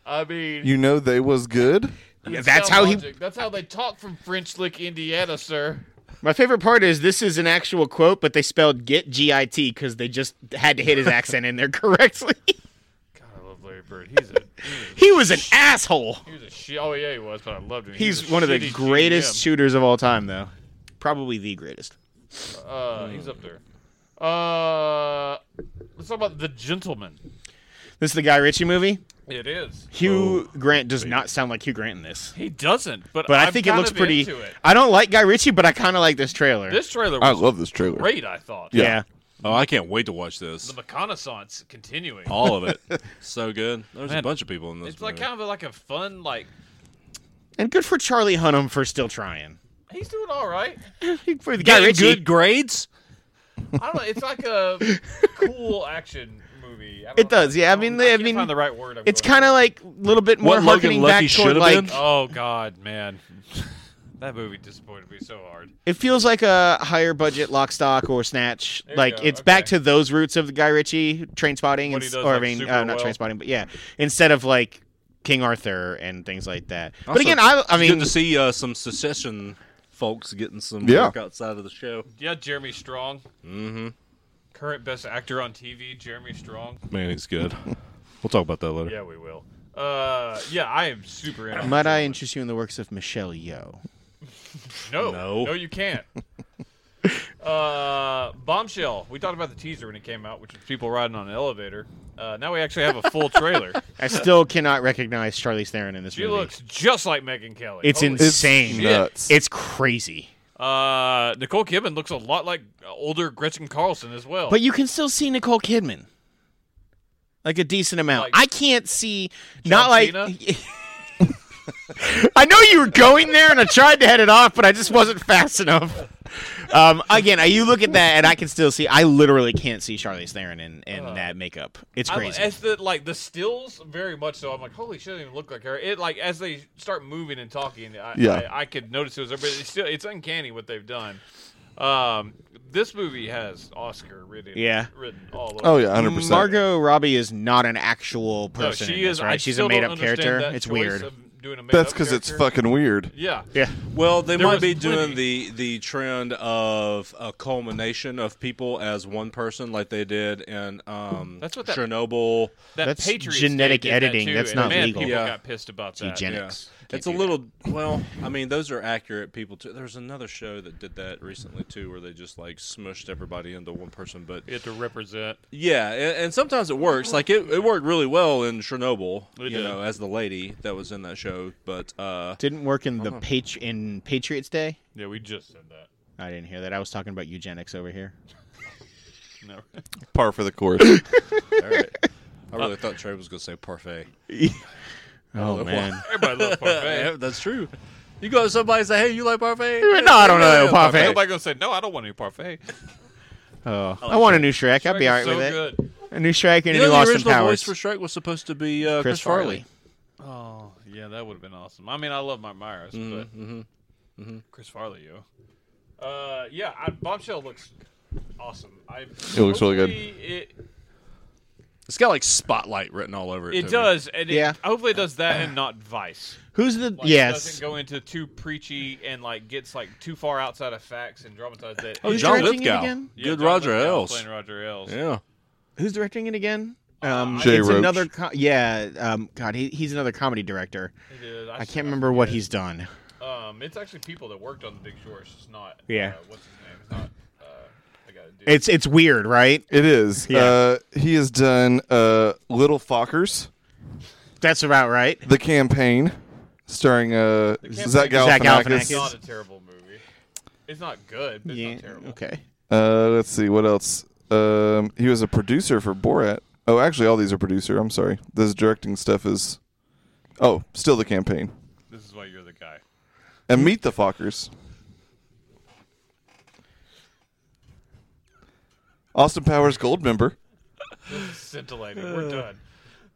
Speaker 1: I mean,
Speaker 3: You know they was good.
Speaker 2: Yeah,
Speaker 1: it's
Speaker 2: that's
Speaker 1: sound
Speaker 2: how he.
Speaker 1: logic. That's how they talk from French Lick, Indiana, sir.
Speaker 2: My favorite part is this is an actual quote, but they spelled get G I T because they just had to hit his accent in there correctly.
Speaker 1: God, I love Larry Bird. He's a
Speaker 2: he was an asshole.
Speaker 1: he was a shit. Oh yeah, he was. But I loved him. He
Speaker 2: He's
Speaker 1: was a
Speaker 2: one of the
Speaker 1: shitty
Speaker 2: greatest
Speaker 1: GM.
Speaker 2: shooters of all time, though. Probably the greatest.
Speaker 1: Uh, he's up there. Uh, let's talk about the gentleman.
Speaker 2: This is the Guy Ritchie movie.
Speaker 1: It is.
Speaker 2: Hugh Grant does not sound like Hugh Grant in this,
Speaker 1: He doesn't, but
Speaker 2: but i
Speaker 1: Oh, I'm
Speaker 2: think it
Speaker 1: kind
Speaker 2: looks
Speaker 1: of
Speaker 2: pretty.
Speaker 1: into it.
Speaker 2: I don't like Guy Ritchie, but I kind of like this trailer.
Speaker 1: This trailer
Speaker 3: I
Speaker 1: was
Speaker 3: love this trailer.
Speaker 1: great. I thought.
Speaker 2: yeah.
Speaker 4: Oh, I can't wait to watch this.
Speaker 1: The reconnaissance continuing.
Speaker 4: All of it. So good. There's
Speaker 1: Man,
Speaker 4: a bunch of people in this.
Speaker 1: It's like
Speaker 4: movie.
Speaker 1: kind of like a fun like.
Speaker 2: and good for Charlie Hunnam for still trying.
Speaker 1: He's doing all right.
Speaker 2: For the Guy
Speaker 4: Getting
Speaker 2: Ritchie,
Speaker 4: good grades.
Speaker 1: I don't know. It's like a cool action movie. I don't
Speaker 2: It
Speaker 1: know.
Speaker 2: does, yeah, I mean,
Speaker 1: don't-
Speaker 2: they- I
Speaker 1: can't
Speaker 2: mean,
Speaker 1: find the right word. I'm
Speaker 2: it's
Speaker 1: going
Speaker 2: kind of like a little bit more
Speaker 4: Logan
Speaker 2: harkening
Speaker 4: Lucky
Speaker 2: back toward
Speaker 4: should've
Speaker 2: like
Speaker 4: been?
Speaker 1: for. Oh God, man, that movie disappointed me so hard.
Speaker 2: it feels like a higher budget Lock, Stock, or Snatch.
Speaker 1: There you
Speaker 2: like
Speaker 1: go,
Speaker 2: it's back
Speaker 1: okay.
Speaker 2: to those roots of the Guy Ritchie Train Spotting,
Speaker 1: What
Speaker 2: and
Speaker 1: he
Speaker 2: s-
Speaker 1: does,
Speaker 2: or I
Speaker 1: like,
Speaker 2: mean,
Speaker 1: super
Speaker 2: uh, not
Speaker 1: well.
Speaker 2: Train Spotting, but yeah, instead of like King Arthur and things like that. but
Speaker 4: Also,
Speaker 2: again, I, I
Speaker 4: It's
Speaker 2: mean,
Speaker 4: good to see uh, some secession folks getting some
Speaker 3: Yeah.
Speaker 4: work outside of the show.
Speaker 1: Yeah, Jeremy Strong,
Speaker 4: Mm-hmm.
Speaker 1: current best actor on TV. Jeremy Strong.
Speaker 4: Man, he's good. We'll talk about that later.
Speaker 1: Yeah, we will. Uh, yeah, I am super in. on
Speaker 2: might I
Speaker 1: Gentleman.
Speaker 2: interest you in the works of Michelle Yeoh?
Speaker 1: No,
Speaker 4: No.
Speaker 1: no, you can't. uh, bombshell. We talked about the teaser when it came out, which was people riding on an elevator. Uh, now we actually have a full trailer.
Speaker 2: I still cannot recognize Charlize Theron in this
Speaker 1: she
Speaker 2: movie.
Speaker 1: looks just like Megan Kelly.
Speaker 2: it's
Speaker 1: Holy
Speaker 3: It's
Speaker 2: insane.
Speaker 3: nuts.
Speaker 2: It's crazy.
Speaker 1: Uh, Nicole Kidman looks a lot like older Gretchen Carlson as well.
Speaker 2: But you can still see Nicole Kidman. Like a decent amount.
Speaker 1: Like-
Speaker 2: I can't see not like
Speaker 1: Cena?
Speaker 2: I know you were going there and I tried to head it off, but I just wasn't fast enough. Um, again, I- you look at that and I can still see I literally can't see Charlize Theron in, in that makeup. It's
Speaker 1: Uh, I-
Speaker 2: crazy.
Speaker 1: as the like the stills, very much so. I'm like, holy shit, it doesn't even look like her. It like as they start moving and talking, I,
Speaker 3: Yeah.
Speaker 1: I, I could notice it was her, but it's still it's uncanny what they've done. Um, this movie has Oscar written,
Speaker 2: Yeah.
Speaker 1: written all over.
Speaker 3: Oh yeah, hundred percent.
Speaker 2: Margot Robbie is not an actual
Speaker 1: No,
Speaker 2: person.
Speaker 1: she
Speaker 2: in this,
Speaker 1: is. I
Speaker 2: right? She's a
Speaker 1: still don't
Speaker 2: made up
Speaker 1: understand
Speaker 2: character.
Speaker 1: that
Speaker 2: It's
Speaker 1: choice
Speaker 2: weird.
Speaker 1: of doing a
Speaker 3: That's
Speaker 1: made-up
Speaker 3: because it's
Speaker 1: character.
Speaker 3: fucking weird.
Speaker 1: Yeah,
Speaker 2: yeah.
Speaker 4: Well, they
Speaker 1: There was
Speaker 4: might be
Speaker 1: plenty.
Speaker 4: doing the the trend of a culmination of people as one person, like they did in um,
Speaker 1: That's what that-
Speaker 4: Chernobyl.
Speaker 1: that
Speaker 2: That's
Speaker 1: Patriots
Speaker 2: genetic
Speaker 1: Day did that
Speaker 2: editing.
Speaker 1: too,
Speaker 2: That's
Speaker 1: and
Speaker 2: not
Speaker 1: man,
Speaker 2: legal.
Speaker 1: People
Speaker 4: Yeah.
Speaker 1: got pissed about that.
Speaker 2: Eugenic.
Speaker 4: Yeah.
Speaker 2: X. Can't
Speaker 4: It's a
Speaker 2: do
Speaker 4: little. Well, I mean, those are accurate people too. There's another show that did that recently too, where they just like smushed everybody into one person. But
Speaker 1: You have to represent.
Speaker 4: yeah, and, and sometimes it works. Like it, it worked really well in Chernobyl.
Speaker 1: It
Speaker 4: you
Speaker 1: did.
Speaker 4: know, as the lady that was in that show. But uh,
Speaker 2: Didn't work in
Speaker 1: Uh-huh.
Speaker 2: the patri- in Patriots Day.
Speaker 1: Yeah, we just said that.
Speaker 2: I didn't hear that. I was talking about eugenics over here.
Speaker 1: No.
Speaker 3: Par for the course.
Speaker 4: all right. I really thought Trey was going to say parfait.
Speaker 2: Oh man.
Speaker 1: Everybody loves
Speaker 4: Yeah,
Speaker 1: parfait.
Speaker 4: that's true. You go to somebody and say, "Hey, you like parfait?"
Speaker 2: No, I don't know parfait.
Speaker 1: Nobody gonna say no. I don't want any parfait.
Speaker 2: Oh, I want a new Shrek. I'd be
Speaker 1: Shrek
Speaker 2: all
Speaker 1: is
Speaker 2: right
Speaker 1: so
Speaker 2: with it.
Speaker 1: good.
Speaker 2: A new Shrek and
Speaker 4: You
Speaker 2: a new
Speaker 4: know, the
Speaker 2: Austin
Speaker 4: original
Speaker 2: Powers.
Speaker 4: voice for Shrek was supposed to be uh,
Speaker 2: Chris Farley.
Speaker 1: Oh yeah, that would have been awesome. I mean, I love Mike Myers,
Speaker 2: Mm-hmm,
Speaker 1: but Chris Farley, yo. Uh, yeah, I, Bombshell looks awesome. I, it
Speaker 3: looks really good.
Speaker 1: It,
Speaker 4: It's got like spotlight written all over it.
Speaker 1: it
Speaker 4: to me.
Speaker 1: does, and
Speaker 2: Yeah.
Speaker 1: it, hopefully it does that and not Vice.
Speaker 2: Who's the?
Speaker 1: Like, it
Speaker 2: yes.
Speaker 1: doesn't go into too preachy and like gets like too far outside of facts and dramatized that.
Speaker 4: Oh,
Speaker 2: Who's
Speaker 4: John
Speaker 2: directing it
Speaker 4: Lithgow.
Speaker 2: again?
Speaker 1: Yeah,
Speaker 4: Good
Speaker 1: John
Speaker 4: Roger
Speaker 1: Lithgow
Speaker 4: Ailes.
Speaker 1: playing Roger Ailes.
Speaker 4: Yeah.
Speaker 2: Who's directing it again? Um,
Speaker 3: Jay
Speaker 2: it's
Speaker 3: Roach.
Speaker 2: another. Co- yeah. Um, God, he, he's another comedy director.
Speaker 1: It is.
Speaker 2: I can't remember what
Speaker 1: forget.
Speaker 2: he's done.
Speaker 1: Um, it's actually people that worked on The Big Short. It's just not.
Speaker 2: Yeah.
Speaker 1: Uh, what's his name? It's not. Uh, I got to do.
Speaker 2: It's it's weird, right?
Speaker 3: it is.
Speaker 2: Yeah.
Speaker 3: Uh, he has done uh, Little Fockers,
Speaker 2: That's about right.
Speaker 3: The Campaign, starring uh,
Speaker 1: Can't
Speaker 3: Zach
Speaker 1: be-
Speaker 2: Zach
Speaker 3: Galifianakis.
Speaker 1: It's not a terrible movie. It's not good, but it's
Speaker 2: yeah.
Speaker 1: not terrible.
Speaker 2: Okay.
Speaker 3: Uh, let's see what else. Um, he was a producer for Borat. Oh, actually, all these are producer. I'm sorry. This directing stuff is. Oh, still the campaign
Speaker 1: This is why you're the guy.
Speaker 3: and meet the Fockers. Austin Powers Gold member.
Speaker 1: Scintillating. We're done.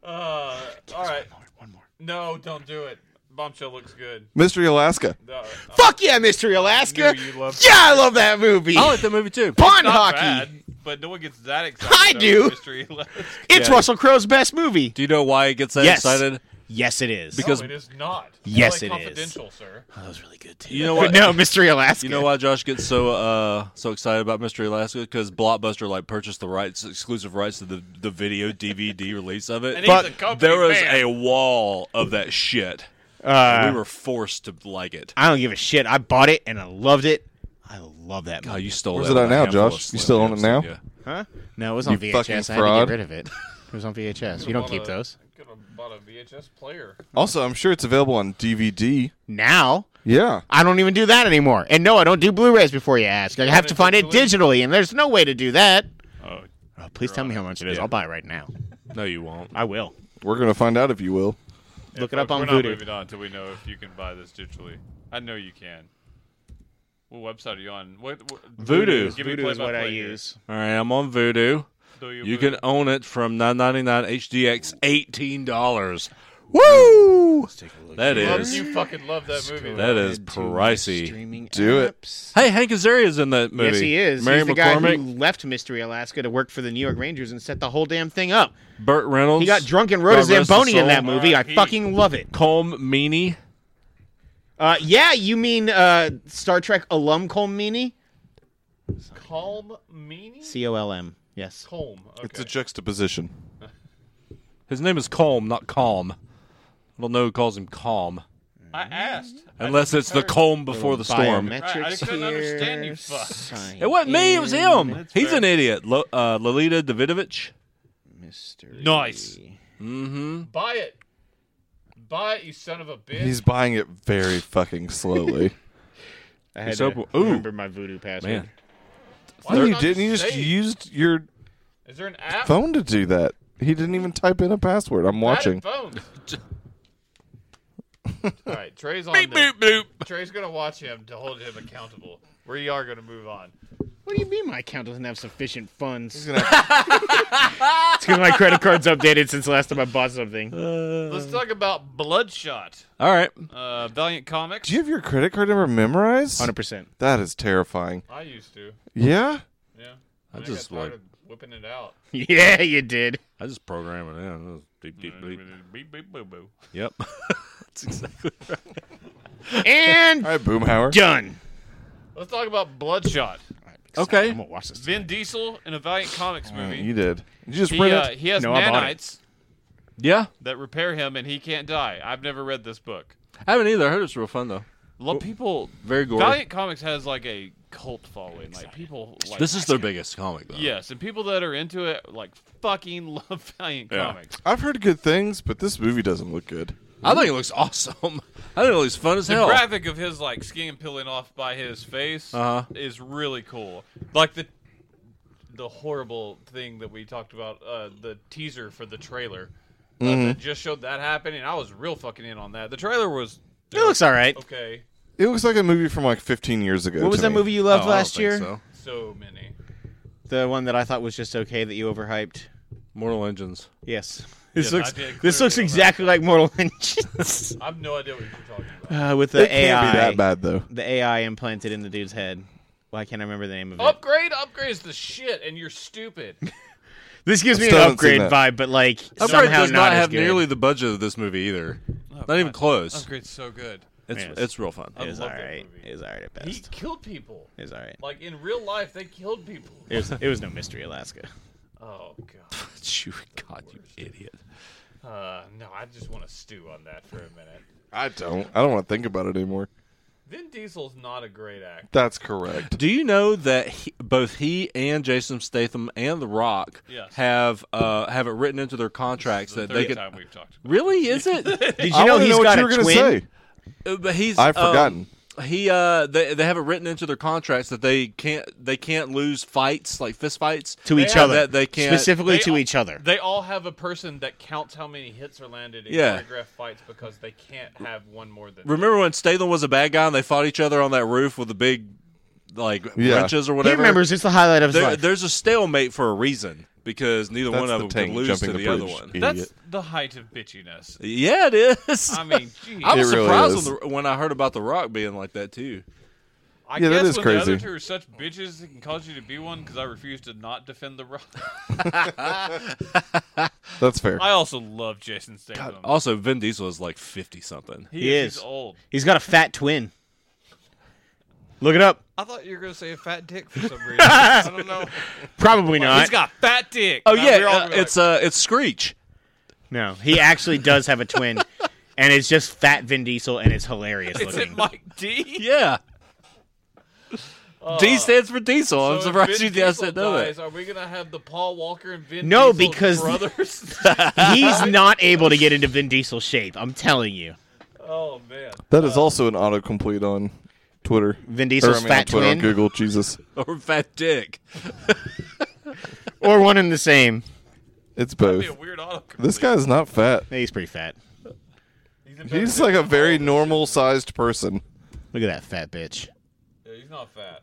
Speaker 1: Uh, all right.
Speaker 2: One more.
Speaker 1: No, don't do it. Bombshell looks good.
Speaker 3: Mystery Alaska.
Speaker 1: No, uh,
Speaker 2: Fuck yeah, Mystery Alaska.
Speaker 1: knew you loved-
Speaker 2: yeah, I love that movie.
Speaker 4: I like that movie too.
Speaker 2: Pond
Speaker 1: not
Speaker 2: hockey.
Speaker 1: bad, but no one gets that excited.
Speaker 2: I
Speaker 1: over
Speaker 2: do.
Speaker 1: Mystery Alaska.
Speaker 2: It's
Speaker 4: Yeah.
Speaker 2: Russell Crowe's best movie.
Speaker 4: Do you know why it gets that
Speaker 2: Yes.
Speaker 4: excited?
Speaker 2: Yes, it is.
Speaker 4: Because-
Speaker 1: no, it is not.
Speaker 2: Yes,
Speaker 1: LA
Speaker 2: it is.
Speaker 1: Confidential, sir.
Speaker 2: that was really good too.
Speaker 4: You know what?
Speaker 2: no, Mystery Alaska.
Speaker 4: You know why Josh gets so uh so excited about Mystery Alaska? Because Blockbuster like purchased the rights, exclusive rights to the the video DVD release of it.
Speaker 1: And
Speaker 2: But
Speaker 1: he's a company
Speaker 4: there was
Speaker 1: man.
Speaker 4: a wall of that shit.
Speaker 2: Uh,
Speaker 4: we were forced to like it.
Speaker 2: I don't give a shit. I bought it and I loved it. I love that
Speaker 4: God,
Speaker 2: movie.
Speaker 4: you stole
Speaker 3: Where's
Speaker 4: that
Speaker 3: it at
Speaker 4: with a
Speaker 3: now,
Speaker 4: handful of
Speaker 3: Josh?
Speaker 4: Slim
Speaker 3: You still own it
Speaker 4: Jims,
Speaker 3: now?
Speaker 4: didn't
Speaker 2: Huh? No, it was on
Speaker 3: You
Speaker 2: VHS.
Speaker 3: fucking
Speaker 2: I had to
Speaker 3: fraud.
Speaker 2: get rid of it. It was on VHS. You don't keep those
Speaker 1: Could have bought a VHS player.
Speaker 3: Also, I'm sure it's available on DVD.
Speaker 2: now.
Speaker 3: Yeah.
Speaker 2: I don't even do that anymore. And no, I don't do Blu-rays before you ask. I have to find it digitally, and there's no way to do that.
Speaker 4: Oh,
Speaker 2: Oh, please tell me how much it is. I'll buy it right now.
Speaker 4: no, you won't.
Speaker 2: I will.
Speaker 3: We're going to find out if you will.
Speaker 2: Look it up
Speaker 1: Folks,
Speaker 2: on
Speaker 1: We're not
Speaker 2: Voodoo.
Speaker 1: moving on until we know if you can buy this digitally. I know you can. What website are you on? What, what,
Speaker 4: Voodoo.
Speaker 1: Give me
Speaker 2: Voodoo is what I
Speaker 1: play-by-play here.
Speaker 2: use.
Speaker 4: All right, I'm on Voodoo.
Speaker 1: Do
Speaker 4: You
Speaker 1: Voodoo?
Speaker 4: can own it from 9.99 HDX, eighteen dollars.
Speaker 3: Woo!
Speaker 4: That
Speaker 1: Love-
Speaker 4: is
Speaker 1: you fucking love that movie.
Speaker 4: that is pricey.
Speaker 2: Streaming
Speaker 3: Do it.
Speaker 2: apps.
Speaker 4: Hey, Hank Azaria's in that movie.
Speaker 2: Yes, he is.
Speaker 4: Mary
Speaker 2: He's the guy
Speaker 4: McCormick,
Speaker 2: who left Mystery Alaska to work for the New York Rangers and set the whole damn thing up.
Speaker 4: Burt Reynolds.
Speaker 2: He got drunk and wrote a
Speaker 4: God rest his
Speaker 2: Zamboni in
Speaker 4: soul.
Speaker 2: that movie. I
Speaker 1: R.I.P..
Speaker 2: fucking love it.
Speaker 4: Colm Meaney.
Speaker 2: Uh, yeah, you mean uh, Star Trek alum Colm Meaney?
Speaker 1: Calm Meanie?
Speaker 2: C O L M. Yes.
Speaker 1: Colm. Okay.
Speaker 3: It's a juxtaposition.
Speaker 4: His name is Colm, not Calm. I don't know who calls him Calm.
Speaker 1: I asked. I
Speaker 4: Unless
Speaker 1: just
Speaker 4: it's the
Speaker 1: returned.
Speaker 4: calm before the storm.
Speaker 1: Right,
Speaker 2: Biometrics
Speaker 1: I couldn't
Speaker 2: here.
Speaker 1: understand you fucks.
Speaker 2: Sign
Speaker 4: It wasn't me, it was him.
Speaker 2: in.
Speaker 4: He's
Speaker 1: fair.
Speaker 4: an idiot. Lo- uh, Lolita Davidovich.
Speaker 2: Mystery.
Speaker 1: Nice.
Speaker 4: Mm-hmm.
Speaker 1: Buy it. Buy it, you son of a bitch.
Speaker 3: He's buying it very fucking slowly.
Speaker 2: I had
Speaker 4: He's
Speaker 2: to
Speaker 4: open- Ooh.
Speaker 2: remember my voodoo password.
Speaker 4: Man.
Speaker 1: Why
Speaker 3: no,
Speaker 1: did
Speaker 3: you
Speaker 1: I
Speaker 3: didn't. You just
Speaker 1: say-
Speaker 3: used your
Speaker 1: Is there an app?
Speaker 3: phone to do that. He didn't even type in a password. I'm
Speaker 1: Buy it in
Speaker 3: watching.
Speaker 1: Phones. All right, Trey's on.
Speaker 4: Beep,
Speaker 1: the-
Speaker 4: boop, boop.
Speaker 1: Trey's gonna watch him to hold him accountable. We are gonna move on.
Speaker 2: What do you mean my account doesn't have sufficient funds? It's because my credit card's updated since last time I bought something.
Speaker 3: Uh,
Speaker 1: Let's talk about Bloodshot.
Speaker 4: All right.
Speaker 1: Uh, Valiant Comics.
Speaker 3: Do you have your credit card number memorized?
Speaker 2: 100%.
Speaker 3: That is terrifying.
Speaker 1: I used to.
Speaker 3: Yeah.
Speaker 1: Yeah.
Speaker 4: I
Speaker 1: And
Speaker 4: just
Speaker 1: got tired
Speaker 4: like-
Speaker 1: of whipping it out.
Speaker 2: Yeah, you did.
Speaker 4: I just program it in. It was Deep, deep, deep.
Speaker 1: Beep beep boo boo.
Speaker 4: Yep. That's exactly right.
Speaker 2: And
Speaker 3: All right, Boomhauer.
Speaker 2: done.
Speaker 1: Let's talk about Bloodshot.
Speaker 4: Okay.
Speaker 2: I'm going to watch this.
Speaker 1: Vin Diesel in a Valiant Comics
Speaker 3: Uh,
Speaker 1: movie.
Speaker 3: You did. Did you just
Speaker 1: he,
Speaker 3: print
Speaker 1: uh,
Speaker 3: it?
Speaker 1: he has
Speaker 2: No, I bought it.
Speaker 1: nanites
Speaker 4: Yeah.
Speaker 1: that repair him, and he can't die. I've never read this book.
Speaker 4: I haven't either. I heard it's real fun,
Speaker 1: A
Speaker 4: though.
Speaker 1: lot of people.
Speaker 4: Very gory.
Speaker 1: Valiant Comics has like a cult following. Like people. Like,
Speaker 4: This is their biggest comic, though.
Speaker 1: Yes, and people that are into it like fucking love Valiant
Speaker 4: Yeah.
Speaker 1: Comics.
Speaker 3: I've heard good things, but this movie doesn't look good.
Speaker 4: I think it looks awesome. I think it looks fun as
Speaker 1: The
Speaker 4: hell.
Speaker 1: graphic of his like skin peeling off by his face
Speaker 4: Uh-huh.
Speaker 1: is really cool. Like the the horrible thing that we talked about, uh, the teaser for the trailer uh,
Speaker 4: Mm-hmm.
Speaker 1: that just showed that happening. I was real fucking in on that. The trailer was
Speaker 2: It looks all right.
Speaker 1: okay.
Speaker 3: It looks like a movie from like 15 years ago.
Speaker 2: What was
Speaker 3: to
Speaker 2: that
Speaker 3: me.
Speaker 2: movie you
Speaker 4: Oh, I
Speaker 2: loved
Speaker 4: don't
Speaker 2: last
Speaker 4: think
Speaker 2: year?
Speaker 4: so.
Speaker 1: So many.
Speaker 2: The one that I thought was just okay that you overhyped.
Speaker 4: Mortal Engines.
Speaker 2: Yes. This
Speaker 1: Yeah,
Speaker 2: looks
Speaker 1: I did
Speaker 2: this looks
Speaker 1: clearly
Speaker 2: exactly like Mortal Engines
Speaker 1: I have no idea what you're talking about.
Speaker 2: uh, with the
Speaker 3: It can't
Speaker 2: AI
Speaker 3: be that bad though.
Speaker 2: the AI implanted in the dude's head. Why can't I remember the name of it?
Speaker 1: Upgrade, upgrade is the shit, and you're stupid.
Speaker 2: This gives me
Speaker 3: Still
Speaker 2: an
Speaker 3: haven't
Speaker 2: upgrade
Speaker 3: seen that.
Speaker 2: vibe, but like
Speaker 4: Upgrade
Speaker 2: somehow
Speaker 4: does not,
Speaker 2: as
Speaker 4: have
Speaker 2: good.
Speaker 4: nearly the budget of this movie either. not even close.
Speaker 1: Upgrade's so good.
Speaker 4: It's
Speaker 2: Man,
Speaker 4: it's real fun.
Speaker 2: It was
Speaker 1: love
Speaker 2: all
Speaker 1: that
Speaker 2: right.
Speaker 1: movie.
Speaker 2: It was all right at
Speaker 1: He
Speaker 2: best.
Speaker 1: killed people.
Speaker 2: It was all right.
Speaker 1: Like in real life, they killed people.
Speaker 2: It was, it was no mystery, Alaska.
Speaker 1: Oh god.
Speaker 4: You, God, you idiot.
Speaker 1: Uh, no, I just want to stew on that for a minute.
Speaker 3: I don't. I don't want to think about it anymore.
Speaker 1: Vin Diesel's not a great actor.
Speaker 3: That's correct.
Speaker 4: Do you know that he, both he and Jason Statham and The Rock
Speaker 1: Yes.
Speaker 4: have uh, have it written into their contracts
Speaker 1: The
Speaker 4: that they
Speaker 1: third
Speaker 4: could.
Speaker 1: time we've talked. About.
Speaker 4: Really? Is it?
Speaker 2: Did you
Speaker 3: I
Speaker 2: know
Speaker 3: wanna
Speaker 2: he's
Speaker 3: know what
Speaker 2: got
Speaker 3: you were
Speaker 2: a
Speaker 3: gonna
Speaker 2: twin?
Speaker 3: say.
Speaker 4: Uh, But he's
Speaker 3: I've
Speaker 4: um,
Speaker 3: forgotten.
Speaker 4: he uh they, they have it written into their contracts that they can't they can't lose fights like fist fights
Speaker 2: to each
Speaker 4: Yeah,
Speaker 2: other.
Speaker 4: that they can't
Speaker 2: specifically
Speaker 1: they
Speaker 2: to
Speaker 1: all-
Speaker 2: each other.
Speaker 1: They all have a person that counts how many hits are landed in
Speaker 4: Yeah.
Speaker 1: choreographed fights because they can't have one more than.
Speaker 4: Remember when Statham was a bad guy and they fought each other on that roof with the big like
Speaker 3: Yeah.
Speaker 4: wrenches or
Speaker 2: He
Speaker 4: whatever?
Speaker 2: remembers it's the highlight of his
Speaker 4: There-
Speaker 2: life.
Speaker 4: there's a stalemate for a reason because neither
Speaker 3: That's
Speaker 4: one
Speaker 3: the
Speaker 4: of them can
Speaker 3: tank
Speaker 4: lose
Speaker 3: jumping
Speaker 4: to
Speaker 3: the
Speaker 4: the other
Speaker 3: bridge.
Speaker 4: one.
Speaker 3: Yeah.
Speaker 1: That's
Speaker 3: Idiot.
Speaker 1: the height of bitchiness.
Speaker 4: Yeah, it is.
Speaker 1: I mean, geez.
Speaker 4: I was
Speaker 3: It really
Speaker 4: surprised
Speaker 3: is.
Speaker 4: when, the, when I heard about The Rock being like that too.
Speaker 1: I
Speaker 3: Yeah, that
Speaker 1: guess
Speaker 3: is
Speaker 1: when the other
Speaker 3: crazy.
Speaker 1: two are such bitches, it can cause you to be one because I refuse to not defend the rock.
Speaker 3: That's fair.
Speaker 1: I also love Jason Statham.
Speaker 4: Also, Vin Diesel is like fifty something.
Speaker 1: he,
Speaker 2: He
Speaker 1: is.
Speaker 2: is.
Speaker 1: He's old.
Speaker 2: He's got a fat twin. Look it up.
Speaker 1: I thought you were going to say a fat dick for some reason. I don't know.
Speaker 2: Probably
Speaker 1: He's
Speaker 2: not.
Speaker 1: got fat dick.
Speaker 4: Oh
Speaker 1: And
Speaker 4: yeah,
Speaker 1: we're all
Speaker 4: uh,
Speaker 1: gonna be like,
Speaker 4: it's uh, it's Screech.
Speaker 2: no, he actually does have a twin, and it's just fat Vin Diesel, and it's hilarious
Speaker 1: Is it
Speaker 2: looking.
Speaker 1: Mike D?
Speaker 4: Yeah. D stands for Diesel. I'm
Speaker 1: Uh, So if Vin
Speaker 4: surprised you guys
Speaker 1: Diesel
Speaker 4: didn't know
Speaker 1: dies,
Speaker 4: that.
Speaker 1: Are we gonna have the Paul Walker and Vin?
Speaker 2: No,
Speaker 1: Diesel
Speaker 2: because-
Speaker 1: brothers.
Speaker 2: He's not able to get into Vin Diesel shape. I'm telling you,
Speaker 1: oh man,
Speaker 3: That is also an autocomplete on Twitter.
Speaker 2: Vin
Speaker 3: Or, I
Speaker 2: Diesel's
Speaker 3: mean, on
Speaker 2: fat
Speaker 3: Twitter, on
Speaker 2: twin,
Speaker 3: Google, Jesus.
Speaker 4: Or Fat Dick.
Speaker 2: or one and the same.
Speaker 3: It's
Speaker 1: be a
Speaker 3: both.
Speaker 1: weird auto.
Speaker 3: This guy's not fat.
Speaker 2: He's pretty fat.
Speaker 1: He's, in
Speaker 3: He's
Speaker 1: better
Speaker 3: like a very normal sized person.
Speaker 2: Look at that fat bitch.
Speaker 1: shape. Yeah, he's not fat.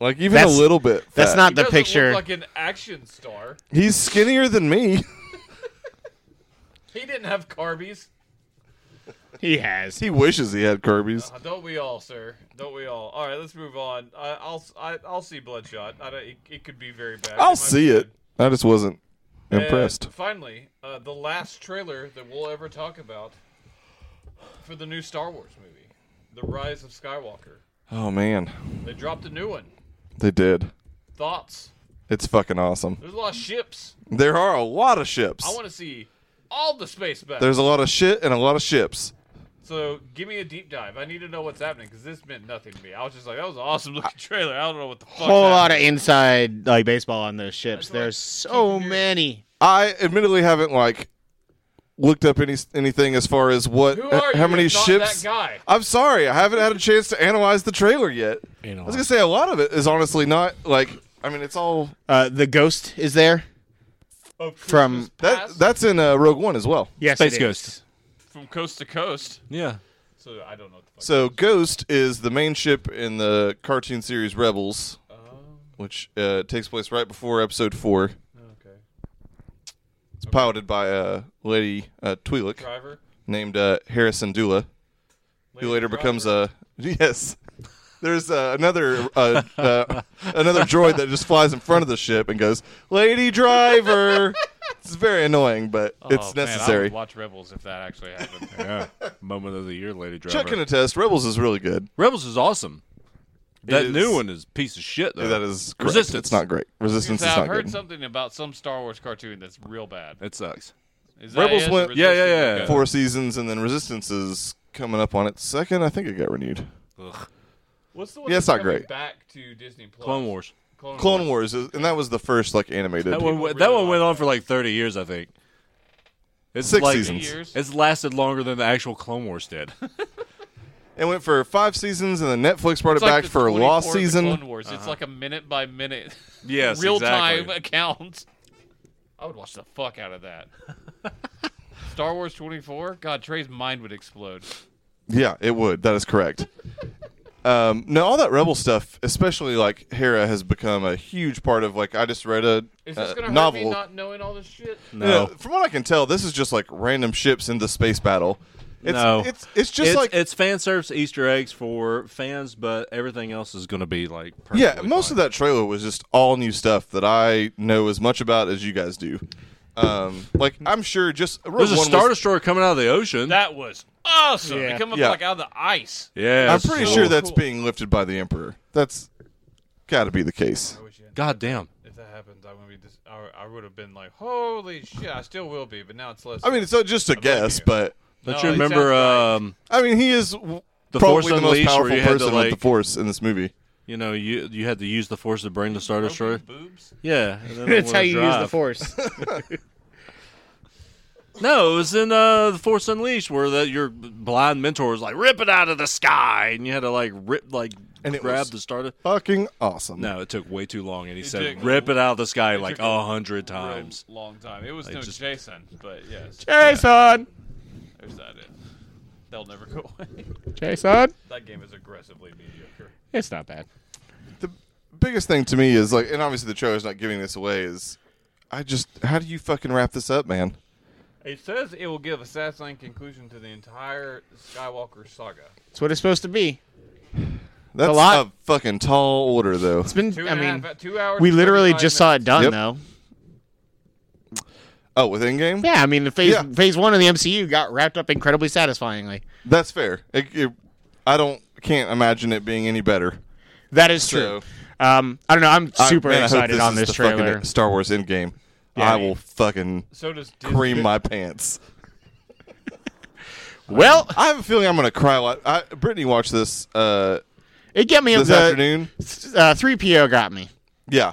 Speaker 3: Like even
Speaker 2: That's-
Speaker 3: a little bit. Fat.
Speaker 2: That's
Speaker 1: He
Speaker 2: not the
Speaker 1: doesn't look
Speaker 2: picture.
Speaker 1: like an action star.
Speaker 3: He's skinnier than me.
Speaker 1: He didn't have carbies.
Speaker 2: he has.
Speaker 3: He wishes he had Kirby's.
Speaker 1: Uh, don't we all, sir? Don't we all? All right, let's move on. I, I'll I, I'll see Bloodshot. I don't, it, it could be very bad.
Speaker 3: I'll
Speaker 1: might
Speaker 3: see
Speaker 1: be
Speaker 3: it.
Speaker 1: good.
Speaker 3: I just wasn't
Speaker 1: And
Speaker 3: impressed.
Speaker 1: finally, uh, the last trailer that we'll ever talk about for the new Star Wars movie, The Rise of Skywalker.
Speaker 3: Oh man,
Speaker 1: They dropped a new one.
Speaker 3: they did.
Speaker 1: Thoughts?
Speaker 3: It's fucking awesome.
Speaker 1: There's a lot of ships.
Speaker 3: There are a lot of ships.
Speaker 1: I want to see all the space battles.
Speaker 3: There's a lot of shit and a lot of ships.
Speaker 1: so give me a deep dive. I need to know what's happening because this meant nothing to me. I was just like, that was an awesome looking trailer. I don't know what the fuck.
Speaker 2: Whole lot of inside like baseball on those ships.
Speaker 1: That's what I
Speaker 2: There's so
Speaker 1: keep hearing.
Speaker 2: many.
Speaker 3: I admittedly haven't like looked up any anything as far as what
Speaker 1: Who are
Speaker 3: how
Speaker 1: you
Speaker 3: many
Speaker 1: if not
Speaker 3: ships.
Speaker 1: that guy?
Speaker 3: I'm sorry, I haven't had a chance to analyze the trailer yet. I was gonna say a lot of it is honestly not like. I mean, it's all
Speaker 2: Uh, the ghost is there.
Speaker 1: Of Christmas
Speaker 2: From-
Speaker 3: that.
Speaker 1: past,
Speaker 3: That's in uh, Rogue One as well.
Speaker 2: Yes,
Speaker 4: Space
Speaker 2: it
Speaker 4: Ghost.
Speaker 2: is.
Speaker 1: from coast to coast.
Speaker 4: Yeah.
Speaker 1: So I don't know what the fuck.
Speaker 3: So Ghost is the main ship in the cartoon series Rebels, which uh, takes place right before Episode Four.
Speaker 1: Oh, okay.
Speaker 3: It's piloted by a lady uh, Twi'lek
Speaker 1: Driver.
Speaker 3: named uh, Harrison Dula, who later becomes a yes. There's uh, another uh, uh, another droid that just flies in front of the ship and goes, "Lady Driver." it's very annoying, but
Speaker 1: Oh,
Speaker 3: it's necessary.
Speaker 1: watch Rebels if that actually happened.
Speaker 4: Yeah. Moment of the year, Lady Driver.
Speaker 3: Chuck can attest. Rebels is really good.
Speaker 4: Rebels is awesome. That
Speaker 3: is.
Speaker 4: new one is a piece of shit though.
Speaker 3: That is correct.
Speaker 4: Resistance.
Speaker 3: It's not great. Resistance is
Speaker 1: I've
Speaker 3: not
Speaker 1: heard
Speaker 3: good.
Speaker 1: something about some Star Wars cartoon that's real bad.
Speaker 4: It sucks.
Speaker 1: Is that
Speaker 3: Rebels
Speaker 1: it?
Speaker 3: went-
Speaker 4: Yeah, yeah,
Speaker 1: Resistance?
Speaker 4: yeah.
Speaker 1: Okay.
Speaker 3: Four seasons, and then Resistance is coming up on its second. I think it got renewed.
Speaker 4: Ugh.
Speaker 1: What's the one
Speaker 3: Yeah,
Speaker 1: that's
Speaker 3: it's not
Speaker 1: coming
Speaker 3: great.
Speaker 1: back to Disney Plus?
Speaker 4: Clone Wars.
Speaker 1: Clone,
Speaker 3: Clone Wars, is, and that was the first like animated.
Speaker 4: That one,
Speaker 1: People
Speaker 4: that
Speaker 1: really
Speaker 4: one went
Speaker 1: like
Speaker 4: on for like 30 years, I think. It's
Speaker 3: Six
Speaker 4: like,
Speaker 3: seasons.
Speaker 1: Years.
Speaker 4: It's lasted longer than the actual Clone Wars did.
Speaker 3: It went for five seasons, and then Netflix brought
Speaker 1: It's
Speaker 3: it
Speaker 1: like
Speaker 3: back
Speaker 1: the
Speaker 3: for a
Speaker 1: 24
Speaker 3: lost
Speaker 1: of the Clone
Speaker 3: season.
Speaker 1: Wars. It's like a minute by minute,
Speaker 4: Yes,
Speaker 1: real
Speaker 4: exactly.
Speaker 1: time account. I would watch the fuck out of that. Star Wars 24. God, Trey's mind would explode.
Speaker 3: Yeah, it would. That is correct. um, no, all that Rebel stuff, especially like Hera, has become a huge part of. Like I just read a,
Speaker 1: Is
Speaker 2: Uh,
Speaker 1: this
Speaker 3: a
Speaker 1: gonna
Speaker 3: novel.
Speaker 1: hurt me not knowing all this shit?
Speaker 3: You know, from what I can tell, this is just like random ships in the space battle. It's,
Speaker 4: No.
Speaker 3: it's it's just
Speaker 4: it's,
Speaker 3: like
Speaker 4: it's fan service Easter eggs for fans, but everything else is going to be like
Speaker 3: yeah. Most of
Speaker 4: that.
Speaker 3: that trailer was just all new stuff that I know as much about as you guys do. Um, like I'm sure just Rogue
Speaker 4: There's a
Speaker 3: One
Speaker 4: star
Speaker 3: was-
Speaker 4: destroyer coming out of the ocean.
Speaker 1: That was awesome.
Speaker 2: Yeah.
Speaker 1: They come up
Speaker 3: Yeah.
Speaker 1: like out of the ice.
Speaker 4: yeah,
Speaker 3: I'm
Speaker 4: it's
Speaker 3: pretty
Speaker 4: cool.
Speaker 3: sure that's
Speaker 1: Cool.
Speaker 3: being lifted by the Emperor. That's got to be the case.
Speaker 1: I wish you had-
Speaker 4: God damn.
Speaker 1: If that happens, I'm gonna be. Dis- I, I would have been like, "Holy shit!" I still will be, but now it's less.
Speaker 3: I mean, it's not just a guess,
Speaker 1: you.
Speaker 3: but
Speaker 4: Don't
Speaker 1: No,
Speaker 4: you
Speaker 1: it
Speaker 4: remember?
Speaker 1: sounds
Speaker 4: Um,
Speaker 3: I mean, he is w-
Speaker 4: The
Speaker 3: probably
Speaker 4: Force
Speaker 3: the most
Speaker 4: Unleashed, where
Speaker 3: powerful
Speaker 4: you had to,
Speaker 3: person
Speaker 4: like-
Speaker 3: with the Force in this movie.
Speaker 4: you know, you you had to use the force to bring the star destroyer.
Speaker 1: boobs.
Speaker 4: Yeah, and then it
Speaker 2: That's
Speaker 4: wouldn't
Speaker 2: how you use the
Speaker 4: drive.
Speaker 2: force.
Speaker 4: No, it was in uh, the Force Unleashed where that your blind mentor was like, "Rip it out of the sky," and you had to like rip, like
Speaker 3: And it
Speaker 4: grab
Speaker 3: was-
Speaker 4: the starter.
Speaker 3: Fucking awesome.
Speaker 4: No, it took way too long, and he
Speaker 1: took-
Speaker 4: said, "Rip it out of the sky" like
Speaker 1: took a
Speaker 4: a hundred
Speaker 1: Real
Speaker 4: times.
Speaker 1: long time. It was
Speaker 4: Like,
Speaker 1: no
Speaker 4: just-
Speaker 1: Jason, but yes,
Speaker 2: Jason,
Speaker 1: there's that. It. They'll never go away.
Speaker 2: Jason,
Speaker 1: that game is aggressively mediocre.
Speaker 2: it's not bad.
Speaker 3: The biggest thing to me is like, and obviously the trailer's not giving this away. Is I just how do you fucking wrap this up, man?
Speaker 1: It says it will give a satisfying conclusion to the entire Skywalker saga.
Speaker 2: It's what it's supposed to be.
Speaker 3: That's
Speaker 2: a lot.
Speaker 3: a fucking tall order, though.
Speaker 2: It's been.
Speaker 1: Two
Speaker 2: I
Speaker 1: and a half
Speaker 2: mean,
Speaker 1: two hours.
Speaker 2: we
Speaker 1: and
Speaker 2: literally
Speaker 1: 35
Speaker 2: just saw it done
Speaker 3: Yep.
Speaker 2: though.
Speaker 3: Oh, with Endgame,
Speaker 2: Yeah, I mean, the phase
Speaker 3: Yeah.
Speaker 2: phase one of the MCU got wrapped up incredibly satisfyingly.
Speaker 3: that's fair. It, it, I don't can't imagine it being any better.
Speaker 2: That is true.
Speaker 3: So-
Speaker 2: um, I don't know. I'm
Speaker 3: I-
Speaker 2: super
Speaker 3: man, I hope
Speaker 2: excited on
Speaker 3: is
Speaker 2: this
Speaker 3: the fucking
Speaker 2: trailer.
Speaker 3: Star Wars Endgame.
Speaker 2: Yeah.
Speaker 3: I will fucking
Speaker 1: So does Disney.
Speaker 3: cream my pants.
Speaker 2: Well,
Speaker 3: I have a feeling I'm gonna cry a lot. I, Brittany watched this uh,
Speaker 2: it got me.
Speaker 3: this
Speaker 2: the, uh,
Speaker 3: afternoon.
Speaker 2: Three PO got me.
Speaker 3: Yeah,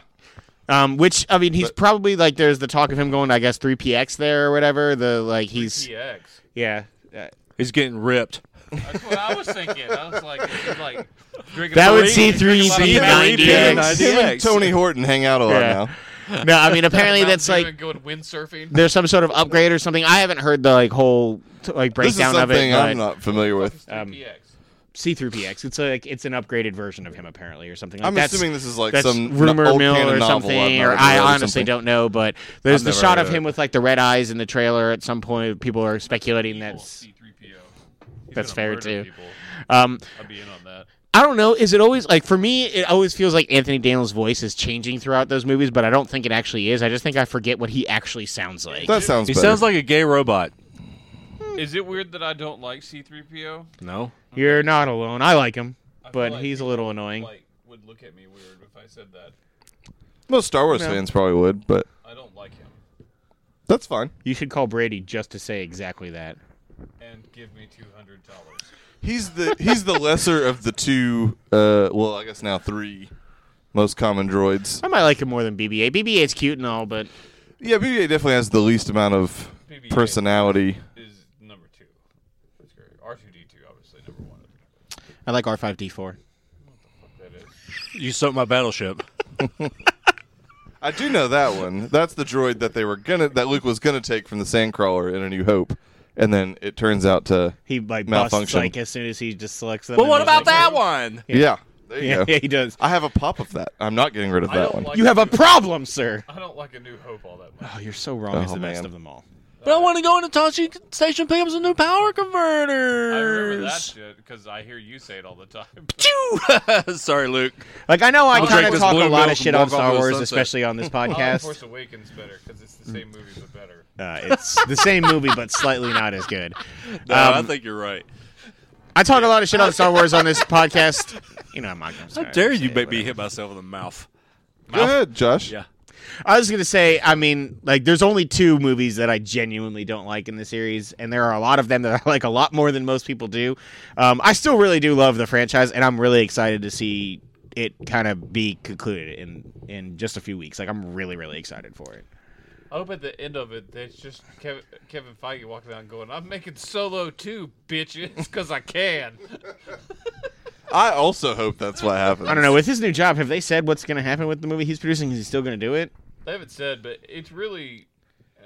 Speaker 2: Um, which I mean, he's
Speaker 3: But-
Speaker 2: probably like there's the talk of him going, to, I guess, three PX there or whatever. The like he's
Speaker 1: PX.
Speaker 2: yeah. Uh,
Speaker 4: He's getting ripped.
Speaker 1: That's what I was thinking. I was like, is he, like drinking
Speaker 2: That
Speaker 1: a
Speaker 2: would
Speaker 1: drink?
Speaker 2: see
Speaker 1: He's drinking a lot of
Speaker 2: three
Speaker 1: Mountain
Speaker 2: D
Speaker 1: Dew.
Speaker 2: PX.
Speaker 1: Mountain
Speaker 4: PX.
Speaker 3: him and
Speaker 4: DX.
Speaker 3: Tony Horton hang out a lot
Speaker 2: Yeah.
Speaker 3: now.
Speaker 2: No, I mean apparently
Speaker 1: Dew
Speaker 2: that's like
Speaker 1: and going windsurfing.
Speaker 2: there's some sort of upgrade or something. I haven't heard the like whole t- like
Speaker 3: This is
Speaker 2: breakdown of it.
Speaker 3: something
Speaker 2: But
Speaker 3: I'm not familiar with.
Speaker 2: Um,
Speaker 1: PX.
Speaker 2: C through PX. It's like it's an upgraded version of him apparently or something. Like,
Speaker 3: I'm
Speaker 2: that's,
Speaker 3: assuming this is like
Speaker 2: that's
Speaker 3: some n-
Speaker 2: rumor
Speaker 3: old
Speaker 2: mill
Speaker 3: canon
Speaker 2: or
Speaker 3: novel I've
Speaker 2: something,
Speaker 3: never
Speaker 2: or
Speaker 3: read
Speaker 2: I
Speaker 3: or
Speaker 2: honestly
Speaker 3: something.
Speaker 2: don't know. But there's
Speaker 4: I've
Speaker 2: the
Speaker 4: never
Speaker 2: shot
Speaker 4: heard
Speaker 2: of
Speaker 4: of
Speaker 2: him
Speaker 4: it.
Speaker 2: with like the red eyes in the trailer. At some point, people are speculating that's
Speaker 1: C3PO. He's
Speaker 2: that's
Speaker 1: gonna
Speaker 2: fair,
Speaker 1: murder
Speaker 2: too.
Speaker 1: people.
Speaker 2: um,
Speaker 1: I'd be in on that.
Speaker 2: I don't know. Is it always like for me? It always feels like Anthony Daniels' voice is changing throughout those movies, but I don't think it actually is. I just think I forget what he actually sounds like.
Speaker 3: That sounds.
Speaker 4: He
Speaker 3: better.
Speaker 4: sounds like a gay robot.
Speaker 1: Is it weird that I don't like C3PO?
Speaker 2: Hmm.
Speaker 4: No,
Speaker 2: You're not alone. I like him,
Speaker 1: I feel
Speaker 2: but
Speaker 1: like
Speaker 2: he's a little annoying.
Speaker 1: Like would look at me weird if I said that.
Speaker 3: most Star Wars fans probably would, but
Speaker 1: I don't like him.
Speaker 3: that's fine.
Speaker 2: you should call Brady just to say exactly that.
Speaker 1: And give me two hundred dollars.
Speaker 3: He's the he's the lesser of the two. Uh, well, I guess now three most common droids.
Speaker 2: I might like him more than BB-8. BB-8's cute and all, but
Speaker 3: Yeah, BB-8 definitely has the least amount of
Speaker 1: BB-8.
Speaker 3: personality.
Speaker 1: Is number two. That's great. R two D two obviously number one.
Speaker 2: I like R5D4.
Speaker 1: That is.
Speaker 4: you sunk my battleship.
Speaker 3: I do know that one. That's the droid that they were gonna that Luke was gonna take from the Sandcrawler in A New Hope, and then it turns out to
Speaker 2: He like busts
Speaker 3: Malfunction.
Speaker 2: like as soon as he just selects them.
Speaker 4: But
Speaker 2: and
Speaker 4: what
Speaker 2: there's, like-
Speaker 4: about that one?
Speaker 3: yeah. there you
Speaker 2: Yeah,
Speaker 3: go.
Speaker 2: yeah, he does.
Speaker 3: I have a pop of that. I'm not getting rid of
Speaker 1: I
Speaker 3: that
Speaker 1: don't
Speaker 3: one.
Speaker 1: like
Speaker 2: You have a
Speaker 1: New-
Speaker 2: problem, sir.
Speaker 1: I don't like a new hope all that much.
Speaker 2: Oh, you're so wrong. It's
Speaker 3: Oh,
Speaker 2: the best
Speaker 3: man.
Speaker 2: of them all.
Speaker 4: But I want to go into Tashi Station pick up some new power
Speaker 1: I remember that
Speaker 4: converters.
Speaker 1: shit because I hear you say it all the time.
Speaker 4: Sorry, Luke.
Speaker 2: Like I know I
Speaker 4: I'll
Speaker 2: kind
Speaker 4: drink
Speaker 2: of
Speaker 4: this
Speaker 2: talk
Speaker 4: blue
Speaker 2: a lot
Speaker 4: milk
Speaker 2: of
Speaker 4: and
Speaker 2: shit on
Speaker 4: walk off
Speaker 2: Star
Speaker 4: to the
Speaker 2: Wars,
Speaker 4: sunset.
Speaker 2: especially on this
Speaker 1: I like
Speaker 2: podcast. Mm.
Speaker 1: Force Awakens better because it's the same movie but better.
Speaker 2: Uh, it's the same movie, but slightly not as good.
Speaker 4: No, I
Speaker 2: Um,
Speaker 4: think you're right.
Speaker 2: I talk a lot of shit on Star Wars on this podcast. You know, I'm not going to.
Speaker 4: How dare you make me hit myself in the mouth?
Speaker 3: Go ahead, Josh.
Speaker 4: Yeah.
Speaker 2: I was going to say, I mean, like, there's only two movies that I genuinely don't like in the series, and there are a lot of them that I like a lot more than most people do. Um, I still really do love the franchise, and I'm really excited to see it kind of be concluded in in just a few weeks. Like, I'm really, really excited for it.
Speaker 1: I hope at the end of it, that's just Kevin, Kevin Feige walking out and going, "I'm making Solo two, bitches, because I can."
Speaker 3: I also hope that's what happens.
Speaker 2: I don't know. With his new job, have they said what's going to happen with the movie he's producing? Is he still going to do it?
Speaker 1: They haven't said, but it's really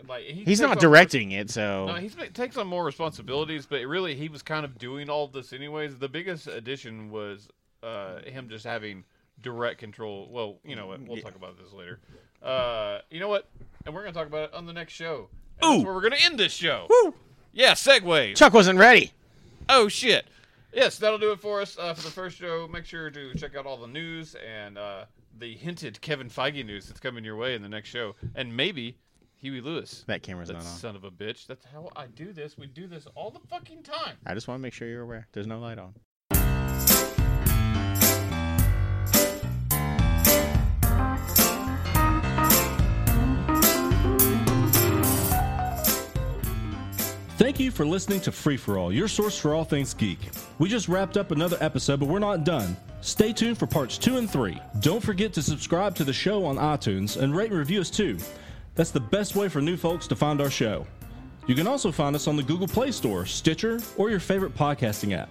Speaker 1: like he
Speaker 2: He's
Speaker 1: takes
Speaker 2: not
Speaker 1: on-
Speaker 2: directing it, so
Speaker 1: No, he takes on more responsibilities, but really he was kind of doing all of this anyways. The biggest addition was uh, him just having direct control. Well, you know what? We'll talk about this later. Uh, you know what? And we're gonna talk about it on the next show. And That's
Speaker 4: Ooh.
Speaker 1: where we're gonna end this show. Yeah, segue.
Speaker 2: Chuck wasn't ready.
Speaker 1: Oh shit. Yes, that'll do it for us uh, for the first show. Make sure to check out all the news and uh, the hinted Kevin Feige news that's coming your way in the next show, and maybe Huey Lewis.
Speaker 2: That camera's
Speaker 1: That
Speaker 2: not on.
Speaker 1: son of a bitch. That's how I do this. We do this all the fucking time.
Speaker 2: I just want to make sure you're aware. There's no light on.
Speaker 5: Thank you for listening to Free For All, your source for all things geek. We just wrapped up another episode, but we're not done. Stay tuned for parts two and three. Don't forget to subscribe to the show on iTunes and rate and review us too. That's the best way for new folks to find our show. You can also find us on the Google Play Store, Stitcher, or your favorite podcasting app.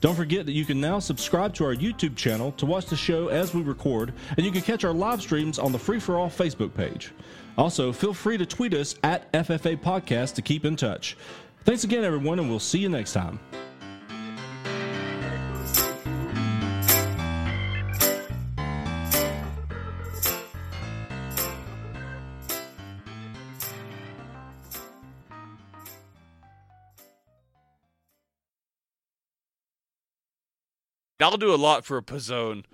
Speaker 5: Don't forget that you can now subscribe to our YouTube channel to watch the show as we record, and you can catch our live streams on the Free For All Facebook page. Also, feel free to tweet us at FFA Podcast to keep in touch. Thanks again, everyone, and we'll see you next time.
Speaker 1: I'll do a lot for a Pizzone.